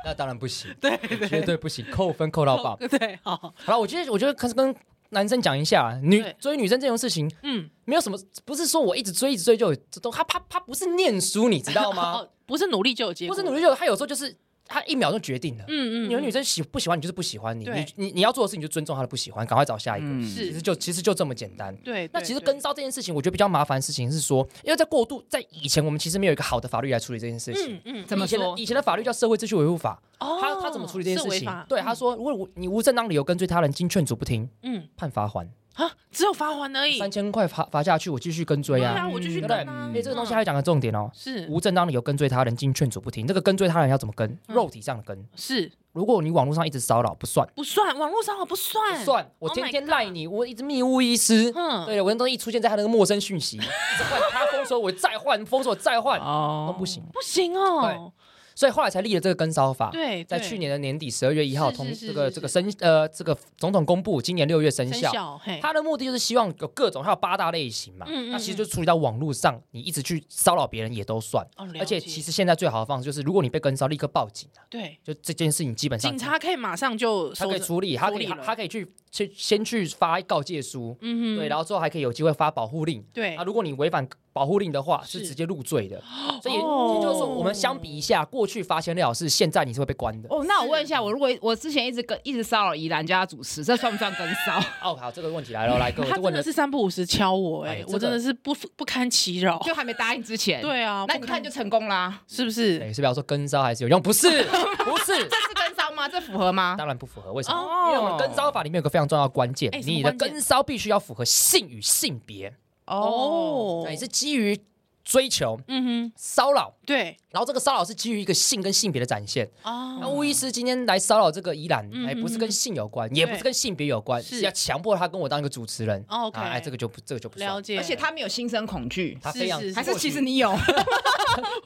Speaker 4: 那当然不行，对，绝对不行，扣分扣到爆。
Speaker 2: 对，好，
Speaker 4: 好了，我觉得我觉得跟跟男生讲一下啊，女
Speaker 2: 对
Speaker 4: 追女生这种事情
Speaker 2: 嗯，
Speaker 4: 没有什么，不是说我一直追一直追就有，这都他他他不是念书，你知道 吗？
Speaker 2: 哦，不是努力就有结
Speaker 4: 不
Speaker 2: 果，
Speaker 4: 是努力就有，他有时候就是他一秒钟决定了。
Speaker 2: 嗯，嗯嗯，
Speaker 4: 有女生喜不喜欢你就是不喜欢你，
Speaker 2: 对
Speaker 4: 你你你要做的事情就尊重她的不喜欢，赶快找下一个。
Speaker 3: 嗯，
Speaker 4: 其实
Speaker 2: 是，
Speaker 4: 就其实就这么简单。
Speaker 2: 对，
Speaker 4: 那
Speaker 2: 对
Speaker 4: 其实
Speaker 2: 对
Speaker 4: 跟骚这件事情，我觉得比较麻烦的事情是说，因为在过度在以前，我们其实没有一个好的法律来处理这件事情。
Speaker 2: 嗯嗯，
Speaker 3: 怎么
Speaker 4: 以前的
Speaker 3: 说？
Speaker 4: 以前的法律叫《社会秩序维护法》
Speaker 2: 哦
Speaker 4: 他他怎么处理这件事
Speaker 2: 是违
Speaker 4: 情
Speaker 2: 法？
Speaker 4: 对，他说，如果无你无正当理由跟追他人，经劝阻不听，
Speaker 2: 嗯
Speaker 4: 判罚还
Speaker 2: 啊，只有罚款而已，
Speaker 4: 三千块罚罚下去，我继续跟追
Speaker 2: 对
Speaker 4: 啊。
Speaker 3: 嗯
Speaker 2: 啊，我就去
Speaker 4: 对不
Speaker 2: 跟
Speaker 4: 对？
Speaker 2: 啊
Speaker 4: 哎、这个东西还有讲个重点哦，
Speaker 2: 是
Speaker 4: 无正当理由跟追他人，经劝阻不听。这个跟追他人要怎么跟？
Speaker 2: 嗯
Speaker 4: 肉体上的跟。
Speaker 2: 是
Speaker 4: 如果你网络上一直骚扰，不算，
Speaker 2: 不算，网络骚扰不
Speaker 4: 不
Speaker 2: 算，，
Speaker 4: 算。我
Speaker 2: Oh
Speaker 4: 天
Speaker 2: my
Speaker 4: 天赖你，我一直密屋医师。
Speaker 2: 嗯，
Speaker 4: 对，我那东西一出现在他那个陌生讯息，一直换他封锁我再换，封锁再换，
Speaker 3: 哦
Speaker 4: 都不行。
Speaker 2: 不行哦，
Speaker 4: 所以后来才立了这个跟骚法。
Speaker 2: 对，
Speaker 4: 在
Speaker 2: 对
Speaker 4: 去年的年底十二月一号
Speaker 2: 是
Speaker 4: 通
Speaker 2: 是是
Speaker 4: 这个
Speaker 2: 是
Speaker 4: 这个生呃这个总统公布，今年六月生
Speaker 2: 生
Speaker 4: 效。
Speaker 2: 效，嘿，
Speaker 4: 它的目的就是希望有各种，它有八大类型嘛，
Speaker 2: 嗯嗯
Speaker 4: 那其实
Speaker 2: 嗯
Speaker 4: 就处理到网络上，你一直去骚扰别人也都算。
Speaker 2: 哦了
Speaker 4: 而且
Speaker 2: 解
Speaker 4: 其实现在最好的方式就是，如果你被跟骚，立刻报警啊！
Speaker 2: 对，
Speaker 4: 就这件事情基本上
Speaker 2: 警察可以马上就
Speaker 4: 他
Speaker 2: 收
Speaker 4: 可以
Speaker 2: 着，
Speaker 4: 处理，他可以
Speaker 2: 处理了
Speaker 4: 他可以去去先去发告诫书，
Speaker 2: 嗯哼，
Speaker 4: 对，然后之后还可以有机会发保护令。
Speaker 2: 对
Speaker 4: 啊，，如果你违反保护令的话，是
Speaker 2: 哎是
Speaker 4: 直接入 罪的。所以也
Speaker 3: 哦
Speaker 4: 就是说，我们相比一下，过去罚钱了事，现在你是会被关的。
Speaker 3: 哦，那我问一下，我如果我之前一直跟一直骚扰宜兰家主持，这算不算跟 骚？
Speaker 4: 哦，好，这个问题 来了，来各位
Speaker 2: 他真
Speaker 4: 就问
Speaker 2: 的
Speaker 4: 了，
Speaker 2: 是三不五时敲我、
Speaker 4: 哎
Speaker 2: 哎、
Speaker 4: 这个
Speaker 2: 我真的是不不堪其扰。
Speaker 3: 就还没答应之前，，
Speaker 2: 对啊，
Speaker 3: 那
Speaker 2: 不
Speaker 3: 你
Speaker 2: 堪
Speaker 3: 看就成功啦。
Speaker 2: 是不是？
Speaker 4: 哎，是不是要说跟骚还是有用？不是，不是
Speaker 3: 这，是跟骚吗？这符合吗？
Speaker 4: 当然不符合，为什么？
Speaker 3: 哦
Speaker 4: 因为我们跟骚法里面有个非常重要的关键
Speaker 2: 哎，什么
Speaker 4: 你的
Speaker 2: 关键
Speaker 4: 跟骚必须要符合性与性别，
Speaker 3: 哦，
Speaker 4: 对，是基于追求、
Speaker 2: 嗯哼，
Speaker 4: 骚扰，
Speaker 2: 对
Speaker 4: 然后这个骚扰是基于一个性跟性别的展现。
Speaker 2: 啊，
Speaker 3: 哦
Speaker 4: 那巫医师今天来骚扰这个依兰，
Speaker 2: 嗯
Speaker 4: 哎，不是跟性有关，也不是跟性别有关，
Speaker 2: 是
Speaker 4: 是要强迫他跟我当一个主持人。
Speaker 2: 哦，OK
Speaker 4: 啊哎，这个就不，这个就不算
Speaker 2: 了。解。
Speaker 3: 而且他没有心生恐惧，
Speaker 4: 他
Speaker 2: 是
Speaker 4: 非常，
Speaker 2: 是
Speaker 3: 还是其实
Speaker 4: 过去，
Speaker 3: 你有？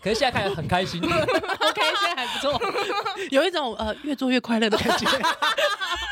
Speaker 4: 可是现在看起来很 开心。
Speaker 2: OK，现在还不错，有一种呃越做越快乐的感觉。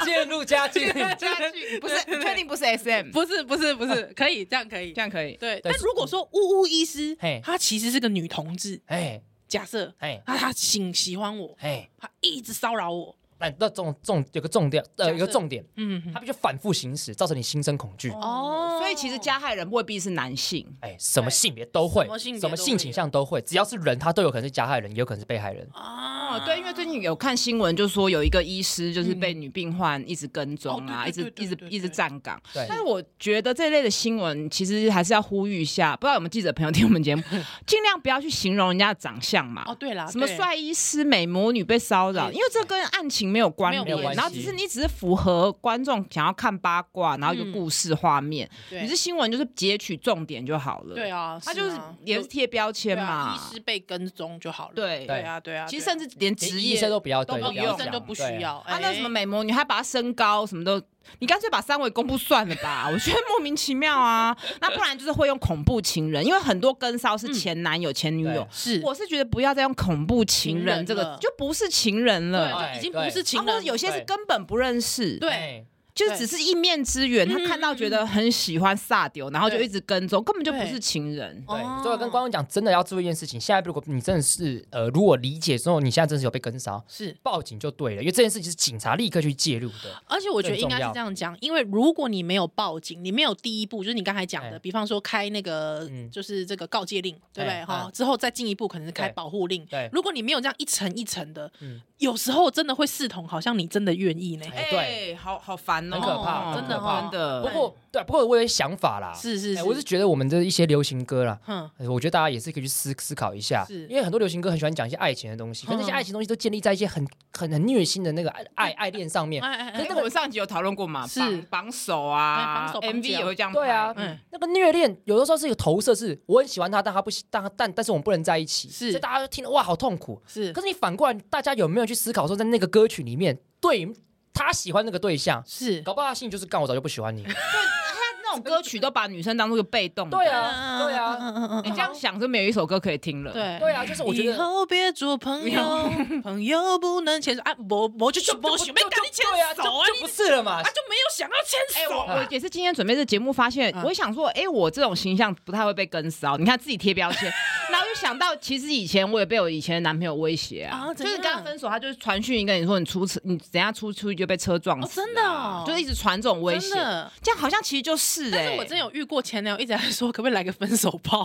Speaker 4: 渐入佳境。
Speaker 3: 家具不是，你确 定不是 SM？
Speaker 2: 不是不是不 是，可以这样可以
Speaker 3: 这。样可以。
Speaker 2: 对，
Speaker 4: 但
Speaker 2: 但
Speaker 4: 是
Speaker 2: 如果说呜呜医师
Speaker 4: 嘿，
Speaker 2: 她其实是个女同志，
Speaker 4: 哎
Speaker 2: 假设
Speaker 4: 哎
Speaker 3: 嗯
Speaker 2: 她她挺喜欢我，
Speaker 4: 哎，
Speaker 2: 她一直骚扰我，
Speaker 4: 那那重重有个重点，
Speaker 2: 假
Speaker 4: 呃，
Speaker 2: 设
Speaker 4: 有个重点，
Speaker 2: 嗯哼，
Speaker 4: 他必须反复行使，造成你心生恐惧。
Speaker 2: 哦
Speaker 3: 所以其实加害人未必是男性，
Speaker 4: 哎，什么性别都会
Speaker 2: 什么性，别
Speaker 4: 什么
Speaker 2: 都
Speaker 4: 性
Speaker 2: 会
Speaker 4: 倾
Speaker 2: 有
Speaker 4: 向都会，只要是人，他都有可能是加害人，也有可能是被害人。
Speaker 2: 啊
Speaker 3: 哦，对，因为最近有看新闻，就说有一个医师就是被女病患一直跟踪啊，
Speaker 1: 哦
Speaker 3: 一
Speaker 1: 对对
Speaker 3: 直
Speaker 1: 对
Speaker 3: 一直
Speaker 1: 对对
Speaker 3: 一直站岗。
Speaker 4: 对
Speaker 3: 但是我觉得这类的新闻其实还是要呼吁一下，不知道有没有记者朋友听我们节目，尽量不要去形容人家的长相嘛。
Speaker 1: 哦，对啦，
Speaker 3: 什么
Speaker 1: 对
Speaker 3: 帅医师、美魔女被骚扰，
Speaker 1: 对
Speaker 3: 因为这跟案情没有关
Speaker 1: 没有
Speaker 3: 联，
Speaker 1: 关系
Speaker 3: 然后只是你只是符合观众想要看八卦，然后一个故事画面，
Speaker 1: 嗯对
Speaker 3: 你是新闻就是截取重点就好了。
Speaker 1: 对，啊，
Speaker 3: 他就是
Speaker 1: 啊
Speaker 3: 也是贴标签
Speaker 2: 对啊
Speaker 3: 嘛。
Speaker 2: 医师被跟踪就好了。
Speaker 3: 对
Speaker 1: 对啊，对啊，
Speaker 3: 其
Speaker 1: 对啊
Speaker 3: 实甚至连
Speaker 4: 连
Speaker 3: 职
Speaker 4: 医
Speaker 3: 业
Speaker 4: 生都不要
Speaker 3: 都
Speaker 4: 对
Speaker 3: 不
Speaker 4: 要
Speaker 3: 用
Speaker 1: 医生
Speaker 4: 讲
Speaker 1: 都不需
Speaker 4: 对
Speaker 1: 要，
Speaker 3: 啊，
Speaker 1: 哎
Speaker 3: 那什么美魔女还把她身高什么都，你干脆把三围公布算了 吧，我觉得莫名其妙啊。那不然就是会用恐怖情人，因为很多跟骚
Speaker 1: 嗯
Speaker 3: 是前男友、前女友。
Speaker 2: 是
Speaker 3: 我是觉得不要再用恐怖情
Speaker 1: 情
Speaker 3: 人
Speaker 1: 人
Speaker 3: 这个
Speaker 1: 了，
Speaker 3: 就不是情人了。啊
Speaker 4: 对
Speaker 2: 对，已经不是情
Speaker 3: 或者
Speaker 2: 人，
Speaker 3: 有些是
Speaker 4: 对
Speaker 3: 根本不认识，
Speaker 2: 对
Speaker 4: 哎
Speaker 3: 就是只是一面之缘。他看到觉得很喜欢萨丢，然后就一直跟踪，根本就不是情人。
Speaker 4: 对
Speaker 1: 哦，
Speaker 4: 所以我跟观众讲，真的要注意一件事情。现在如果你真的是呃，如果理解之后，你现在真的是有被跟骚，
Speaker 2: 是，
Speaker 4: 报警就对了，因为这件事情是警察立刻去介入的。
Speaker 2: 而且我觉得
Speaker 4: 更
Speaker 2: 应该
Speaker 4: 重
Speaker 2: 是
Speaker 4: 要
Speaker 2: 这样讲，因为如果你没有报警，你没有第一步，就是你刚才讲
Speaker 4: 哎
Speaker 2: 的，比方说开那个
Speaker 4: 嗯
Speaker 2: 就是这个告诫令，对不
Speaker 4: 哎
Speaker 2: 对？哈
Speaker 4: 嗯，
Speaker 2: 之后再进一步可能是开
Speaker 4: 对
Speaker 2: 保护令
Speaker 4: 对。
Speaker 2: 如果你没有这样一层一层的
Speaker 4: 嗯，
Speaker 2: 有时候真的会视同好像你真的愿意呢。
Speaker 4: 哎对，
Speaker 3: 好好烦哦，
Speaker 4: 很可怕
Speaker 2: 真的哦
Speaker 3: 真的。哎
Speaker 4: 不过对，啊不过我有想法啦，
Speaker 2: 是是
Speaker 4: 哎
Speaker 2: 是，
Speaker 4: 我是觉得我们的一些流行歌啦，
Speaker 2: 哼，
Speaker 4: 呃我觉得大家也是可以去思思考一下，
Speaker 2: 是
Speaker 4: 因为很多流行歌很喜欢讲一些爱情的东西，可是那些
Speaker 2: 嗯
Speaker 4: 爱情东西都建立在一些很很很虐心的那个爱爱爱恋上面。
Speaker 2: 哎哎
Speaker 3: 可
Speaker 2: 哎
Speaker 3: 是我们上集有讨论过嘛，
Speaker 2: 是
Speaker 3: 绑绑手啊，
Speaker 2: 哎绑手绑
Speaker 3: MV
Speaker 2: 脚
Speaker 3: 也会这样拍，
Speaker 4: 对啊，
Speaker 2: 嗯
Speaker 4: 那个虐恋有的时候是一个投射，是我很喜欢他，但他不喜，但他但但是我们不能在一起，
Speaker 2: 是
Speaker 4: 所以大家就听了哇好痛苦。
Speaker 2: 是
Speaker 4: 可是你反过来，大家有没有去思考说，在那个歌曲里面，对他喜欢那个对象，
Speaker 2: 是，
Speaker 4: 搞不好他心里就是干我早就不喜 欢你。
Speaker 3: 那种歌曲都把女生当做个被动的。
Speaker 4: 对啊，对
Speaker 2: 嗯
Speaker 4: 啊，
Speaker 2: 嗯嗯
Speaker 3: 你这样想，就没有一首歌可以听了。，
Speaker 2: 对
Speaker 4: 对啊，就是我觉
Speaker 2: 以
Speaker 4: 得。
Speaker 2: 后别做朋友， 朋友不能牵手啊！我我就去，我
Speaker 4: 就
Speaker 2: 准备跟你牵
Speaker 4: 对啊，就
Speaker 2: 手啊！
Speaker 4: 就
Speaker 2: 你
Speaker 4: 不是了嘛
Speaker 2: 啊，，就没有想要
Speaker 3: 哎、
Speaker 2: 牵手
Speaker 3: 我
Speaker 2: 啊
Speaker 3: 我也是今天准备这节目，发现、
Speaker 2: 嗯
Speaker 3: 我想说，哎、我这种形象不太会被跟骚。你看自己贴标签，然后就想到，其实以前我也被我以前的男朋友威胁啊，
Speaker 2: 啊
Speaker 3: 就
Speaker 2: 怎样
Speaker 3: 是跟他分手，他就是传讯跟你说，你出车，你等一下出出去就被车撞死、啊
Speaker 2: 哦真的哦
Speaker 3: 就一直传这种威胁
Speaker 2: 真，的。
Speaker 3: 这样好像其实就是、哎，
Speaker 2: 但是我真有遇过前男友一直在说，可不可以来个分手炮？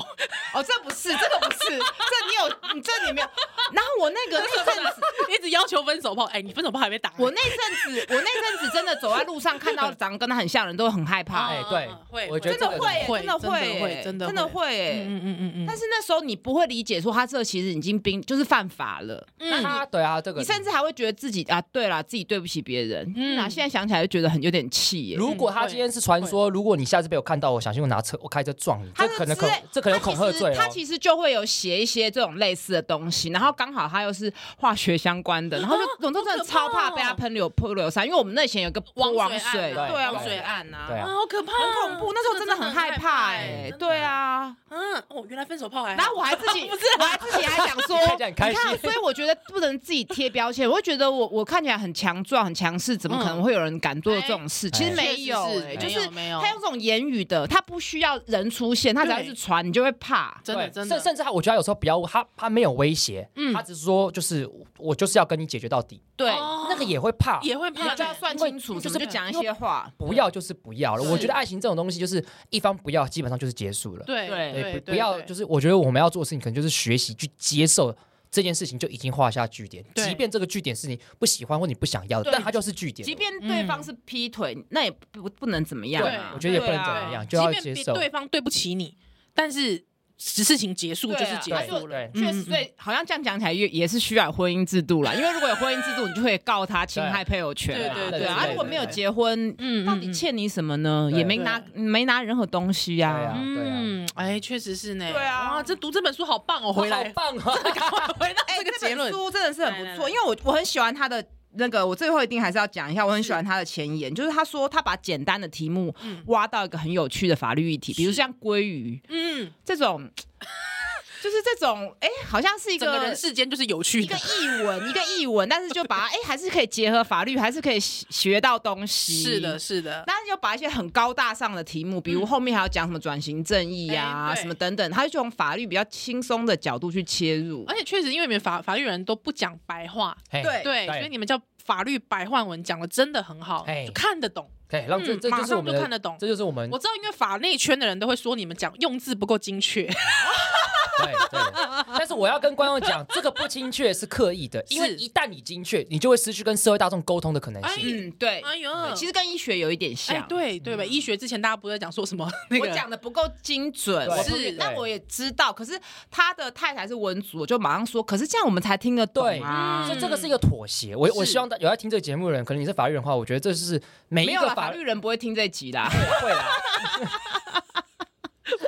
Speaker 3: 哦，这不是，这个不是，这你有，你这你没有。然后我那个那阵子，
Speaker 2: 一直要求分手炮，哎、你分手炮还没打、
Speaker 3: 我那阵子，我那阵子真的走在路上看到长得跟他很像的人，都很害怕、
Speaker 4: 哎
Speaker 3: 哎，
Speaker 4: 对
Speaker 2: 嗯会
Speaker 4: 我觉得
Speaker 3: 真的
Speaker 4: 这个
Speaker 3: 会，欸
Speaker 2: 会
Speaker 3: 真
Speaker 2: 真
Speaker 3: 的
Speaker 2: 的
Speaker 3: 会，
Speaker 2: 会真的会
Speaker 3: 真的会，哎
Speaker 2: 嗯嗯嗯嗯，
Speaker 3: 但是那时候你不会理解，说他这其实已经并就是犯法了，
Speaker 2: 嗯，
Speaker 4: 他对啊，这个
Speaker 3: 你甚至还会觉得自己啊，对啦，自己对不起别人。嗯，
Speaker 2: 嗯
Speaker 3: 啊，现在想起来就觉得很有点气耶。
Speaker 4: 如果他今天是传说，如果你下次被我看到，我小心我拿车，我开车撞你，
Speaker 3: 他
Speaker 4: 这
Speaker 3: 是
Speaker 4: 可能恐
Speaker 3: 之类
Speaker 4: 这可能恐吓罪哦。
Speaker 3: 他其实他其实就会有写一些这种类似的东西，然后刚好他又是化学相关 的，然后就我都真的超怕被他喷流泼流沙，因为我们那以前有个泼
Speaker 2: 王
Speaker 3: 水，
Speaker 2: 水
Speaker 3: 对啊，
Speaker 4: 案啊对
Speaker 3: 王水案啊，
Speaker 4: 对
Speaker 2: 啊，
Speaker 4: 啊
Speaker 2: 好可怕、
Speaker 3: 很恐怖，那时候真的很害怕
Speaker 2: 哎、
Speaker 3: 哎，对啊，
Speaker 2: 嗯，哦，原来分手炮还好，
Speaker 3: 然后我还自 己，我还自己还想说，
Speaker 4: 啊你看起来很开心
Speaker 3: 你看啊所以我觉得不能自己贴标签。我会觉得我我看起来很强壮、很强势，怎么可
Speaker 4: 嗯
Speaker 3: 能会有人敢做这种事？其实没有、
Speaker 2: 确实
Speaker 3: 哎
Speaker 2: 是
Speaker 3: 就
Speaker 2: 没
Speaker 3: 是
Speaker 2: 有没有
Speaker 3: 他用这种言语的，他不需要人出现，他只要一直传，你就会怕。
Speaker 2: 真的
Speaker 4: 对
Speaker 2: 真
Speaker 4: 甚
Speaker 2: 的，
Speaker 4: 甚至他，我觉得他有时候不要他，他没有威胁，他只是说就是我就是要跟你解决到底，
Speaker 3: 对
Speaker 2: 哦
Speaker 4: 那个也会怕，
Speaker 2: 也会怕
Speaker 3: 你
Speaker 2: 的，
Speaker 3: 就要算清楚，
Speaker 4: 就是
Speaker 3: 怎么就讲一些话。
Speaker 4: 不要就是不要了。
Speaker 2: 是
Speaker 4: 我觉得爱情这种东西就是一方不要，基本上就是结束了。
Speaker 2: 对
Speaker 3: 对
Speaker 2: 对，
Speaker 4: 不不要就是我觉得我们要做的事情，可能就是学习去接受。这件事情就已经画下句点，
Speaker 2: 对
Speaker 4: 即便这个句点是你不喜欢或你不想要的，
Speaker 3: 对
Speaker 4: 但它就是句点。
Speaker 3: 即便对方是劈腿，那也不不能怎么样
Speaker 2: 对
Speaker 3: 啊。
Speaker 4: 嗯我觉得也不能
Speaker 3: 对啊
Speaker 4: 怎么样，
Speaker 2: 即
Speaker 4: 就要
Speaker 2: 便
Speaker 4: 接
Speaker 2: 别
Speaker 4: 受。
Speaker 2: 对方对不起你，但是事情结束就
Speaker 3: 对
Speaker 2: 是
Speaker 3: 啊
Speaker 2: 结
Speaker 3: 他
Speaker 2: 束
Speaker 3: 就
Speaker 2: 了，
Speaker 4: 对
Speaker 3: 确实，所以好像这样讲起来也也是需要有婚姻制度啦。因为如果有婚姻制度，你就会告他侵害配偶权啊。
Speaker 2: 对
Speaker 4: 对
Speaker 3: 对啊，
Speaker 4: 对
Speaker 3: 啊
Speaker 4: 对
Speaker 3: 如果没有结婚，
Speaker 2: 嗯
Speaker 3: 嗯，到底欠你什么呢？
Speaker 4: 对
Speaker 3: 也没拿没拿任何东西
Speaker 4: 对啊
Speaker 3: 呀。
Speaker 4: 对啊
Speaker 2: 嗯，哎，确实是呢，
Speaker 3: 对啊
Speaker 2: 哇，这读这本书好棒哦，回
Speaker 4: 好
Speaker 2: 来
Speaker 4: 棒啊！
Speaker 2: 回到
Speaker 3: 哎
Speaker 2: 这个结论
Speaker 3: 本，书真的是很不
Speaker 2: 来来
Speaker 3: 错，
Speaker 2: 来
Speaker 3: 因为我我很喜欢他的。那个，我最后一定还是要嗯讲一下，我很喜欢他的前言，就是他说他把简单的题目挖到一个很有趣的法律议题，比如像鲑鱼
Speaker 2: 嗯，
Speaker 3: 这种， 就是这种，哎、好像是一
Speaker 2: 整个人世间就是有趣
Speaker 3: 一个
Speaker 2: 的，
Speaker 3: 译文，一个译文，但是就把它，哎、还是可以结合法律，还是可以学学到东西。
Speaker 2: 是的，。是的，嗯
Speaker 3: 但是又把一些很高大上的题目，比如后面还要讲什么转型正义啊，
Speaker 2: 哎对
Speaker 3: 什么等等，他就从法律比较轻松的角度去切入。
Speaker 2: 而且确实因为你们法法律人都不讲白话，
Speaker 4: 嘿
Speaker 3: 对
Speaker 2: 对，所以你们叫法律白话文讲的真的很好
Speaker 4: 哎，
Speaker 2: 就看得懂。
Speaker 4: 对，让这
Speaker 2: 嗯
Speaker 4: 这
Speaker 2: 马
Speaker 4: 就是
Speaker 2: 上
Speaker 4: 我们
Speaker 2: 就
Speaker 4: 的
Speaker 2: 看得懂
Speaker 4: 这就是 我们
Speaker 2: 我知道，因为法内圈的人都会说你们讲用字不够精确，
Speaker 4: 对对但是我要跟观众讲，这个不精确是刻意的，因为
Speaker 2: 是
Speaker 4: 一旦你精确，你就会失去跟社会大众沟通的可能性。
Speaker 3: 嗯，对，
Speaker 2: 哎呦，
Speaker 3: 其
Speaker 2: 实
Speaker 3: 实跟医学有一点
Speaker 2: 哎
Speaker 3: 像，，
Speaker 2: 对对吧？医学之前大家不是在讲说什么那
Speaker 3: 我
Speaker 2: 个
Speaker 3: 讲的不够精准，
Speaker 4: 对
Speaker 3: 我不
Speaker 2: 是
Speaker 3: 但我也知道，可是他的太太是文族，我就马上说，可是这样我们才听得懂
Speaker 4: 对
Speaker 3: 啊。
Speaker 4: 所以这个是一个妥协。我我
Speaker 2: 是
Speaker 4: 希望大有在听这个节目的人，可能你是法律人的话，我觉得这是每
Speaker 3: 没
Speaker 4: 一
Speaker 3: 有啦
Speaker 4: 个
Speaker 3: 法
Speaker 4: 法
Speaker 3: 律人不会听这集啊啦。
Speaker 4: 会啦。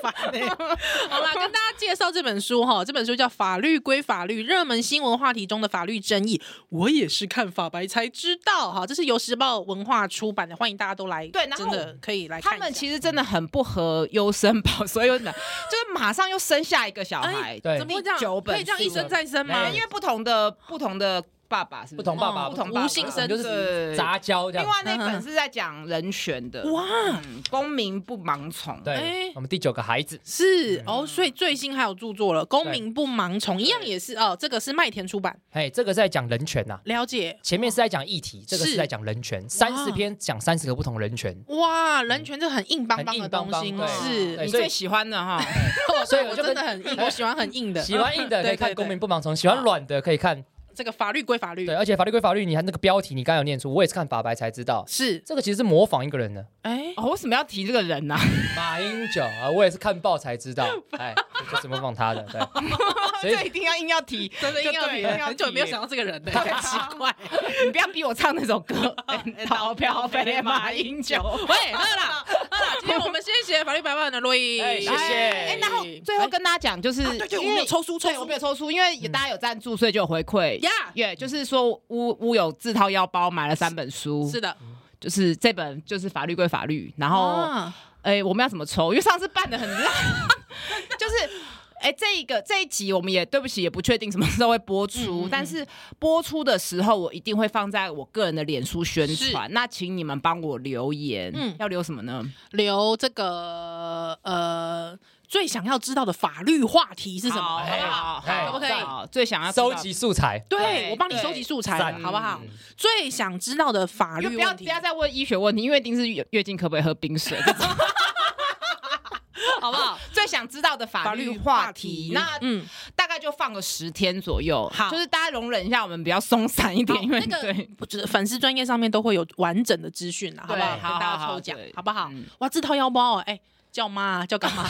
Speaker 2: 法
Speaker 3: 欸
Speaker 2: 律。 好啦，跟大家介绍这本书哈，这本书叫《法律归法律：热门新闻话题中的法律争议》，我也是看法白才知道哈，这是由时报文化出版的，欢迎大家都来，
Speaker 3: 对然后
Speaker 2: 真的可以来看
Speaker 3: 他
Speaker 2: 一下。嗯
Speaker 3: 们其实真的很不合优生保，所以有点就是马上又生下一个小孩，
Speaker 4: 对
Speaker 2: 哎怎么会这样？
Speaker 3: 第九本
Speaker 2: 可以这样一
Speaker 3: 书
Speaker 2: 生再生吗
Speaker 4: 哎？
Speaker 3: 因为不同的不同的爸爸是不是
Speaker 4: 不同爸爸
Speaker 3: 嗯不同爸爸
Speaker 2: 无性生
Speaker 4: 就是
Speaker 3: 对
Speaker 4: 杂交这
Speaker 3: 另
Speaker 4: 样。
Speaker 3: 外那本是在讲人权的，
Speaker 2: 哇，
Speaker 3: 嗯公民不盲从。
Speaker 4: 对
Speaker 2: 哎，
Speaker 4: 我们第九个孩子，
Speaker 2: 是哦，所以最新还有著作了，《公
Speaker 4: 嗯对
Speaker 2: 民不盲从》一样也是哦，这个是麦田出版，
Speaker 4: 哎，这个是在讲人权呐。
Speaker 2: 了解。
Speaker 4: 前面是在讲议题，这个是
Speaker 2: 是
Speaker 4: 在讲人
Speaker 3: 哦
Speaker 4: 权，三十篇讲三十个不同 人权，
Speaker 2: 哇，人权这很硬邦邦
Speaker 4: 很
Speaker 2: 的
Speaker 4: 硬邦
Speaker 2: 东西，
Speaker 4: 邦对
Speaker 2: 是
Speaker 4: 对
Speaker 3: 你
Speaker 4: 所以
Speaker 3: 最喜欢的哈，
Speaker 4: 所以我
Speaker 2: 我
Speaker 4: 就
Speaker 2: 真
Speaker 4: 跟
Speaker 2: 的很硬，我喜欢很硬的。
Speaker 4: 喜欢硬的可以
Speaker 2: 对
Speaker 4: 看
Speaker 2: 对
Speaker 4: 《公民不盲从》，喜欢软的可以看。
Speaker 2: 这个法律归法律
Speaker 4: 对，，而且法律归法律，你看那个标题，你刚刚有念出，我也是看法白才知道，
Speaker 2: 是
Speaker 4: 这个其实是模仿一个人的
Speaker 2: 哎，
Speaker 3: 哦，为什么要提这个人呢？啊
Speaker 4: 马英九啊，我也是看报才知道， 哎，我就是模仿他的，对。 所以
Speaker 3: 这一定要硬要 提，
Speaker 2: 真的硬要提，
Speaker 3: 就对了
Speaker 2: 很久没有想到这个人了，很奇怪。
Speaker 3: 你不要逼我唱那首 歌，
Speaker 4: 哎
Speaker 3: 逃票飞马英九。
Speaker 2: 喂，饿了饿了，今天我们谢谢法律白话的洛伊，
Speaker 4: 哎谢谢
Speaker 3: 哎，哎然后最后跟大家讲，就是
Speaker 2: 啊对对，我
Speaker 3: 因
Speaker 2: 们
Speaker 3: 为
Speaker 2: 有抽书抽
Speaker 3: 对，我
Speaker 2: 书
Speaker 3: 们有抽出，因为
Speaker 2: 嗯
Speaker 3: 有大家有赞助，所以就有回馈。
Speaker 2: 呀，
Speaker 3: 也、就是说，乌乌有自掏腰包买了三本书，
Speaker 2: 是的，
Speaker 3: 就是这本就是法律归法律，嗯然后
Speaker 2: 啊
Speaker 3: 哎、我们要怎么抽？因为上次办的很烂， 就是。哎、这一个这一集我们也对不起，也不确定什么时候会播
Speaker 2: 嗯
Speaker 3: 出，但是播出的时候我一定会放在我个人的脸书宣传。那请你们帮我留言，
Speaker 2: 嗯
Speaker 3: 要留什么呢？
Speaker 2: 留这个呃最想要知道的法律话题是什
Speaker 3: 好
Speaker 2: 么？好
Speaker 3: 好不
Speaker 2: 不好？
Speaker 3: 好？
Speaker 4: 哎
Speaker 3: 好不可
Speaker 2: 哎
Speaker 3: 以？最想要知道
Speaker 4: 收集素材，
Speaker 2: 对
Speaker 3: 对
Speaker 2: 我帮你
Speaker 3: 哎对
Speaker 2: 收集素材
Speaker 4: 赞
Speaker 2: 了，好不好
Speaker 4: 嗯？
Speaker 2: 最想知道的法
Speaker 3: 就
Speaker 2: 律
Speaker 3: 不要
Speaker 2: 问
Speaker 3: 不
Speaker 2: 题，
Speaker 3: 要再问医学问题，因为一定是月月经可不可以喝冰水 这种。好不 好？最想知道的法律话题，那
Speaker 2: 嗯，
Speaker 3: 大概就放个十天左右，
Speaker 2: 好
Speaker 3: 就是大家容忍一下，我们比较松散一 点，因为
Speaker 2: 那个
Speaker 3: 对，
Speaker 2: 我觉得粉丝专业上面都会有完整的资讯啦，啊好不好？
Speaker 3: 对
Speaker 2: 跟
Speaker 3: 好
Speaker 2: 大
Speaker 3: 好
Speaker 2: 家
Speaker 3: 好
Speaker 2: 抽奖
Speaker 3: 对，
Speaker 2: 好不好
Speaker 3: 嗯？
Speaker 2: 哇，自掏腰包哦，哎，叫妈叫干嘛？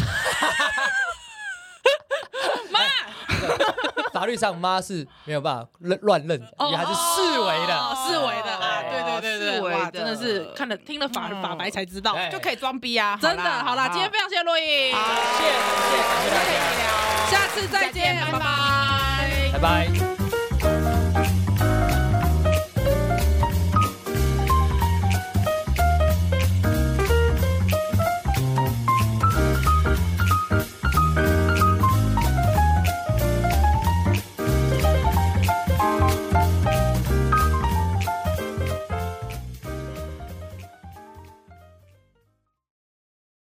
Speaker 4: 法律上妈是没有办法认乱认的，也还是视为
Speaker 2: 哦
Speaker 4: 的。
Speaker 2: 视为的啊，
Speaker 4: 哎
Speaker 2: 对对对
Speaker 3: 视为
Speaker 2: 对，
Speaker 3: 的
Speaker 2: 哇，真的是看了听了法
Speaker 3: 嗯
Speaker 2: 法白才知道，
Speaker 4: 对
Speaker 2: 就
Speaker 3: 就可以装逼啊！
Speaker 2: 真的好啦，今天非常谢谢洛伊，
Speaker 3: 啊
Speaker 4: 谢谢，感谢大家，
Speaker 2: 下次再见，
Speaker 3: 再见
Speaker 2: 拜
Speaker 3: 拜
Speaker 2: 拜
Speaker 4: 拜拜。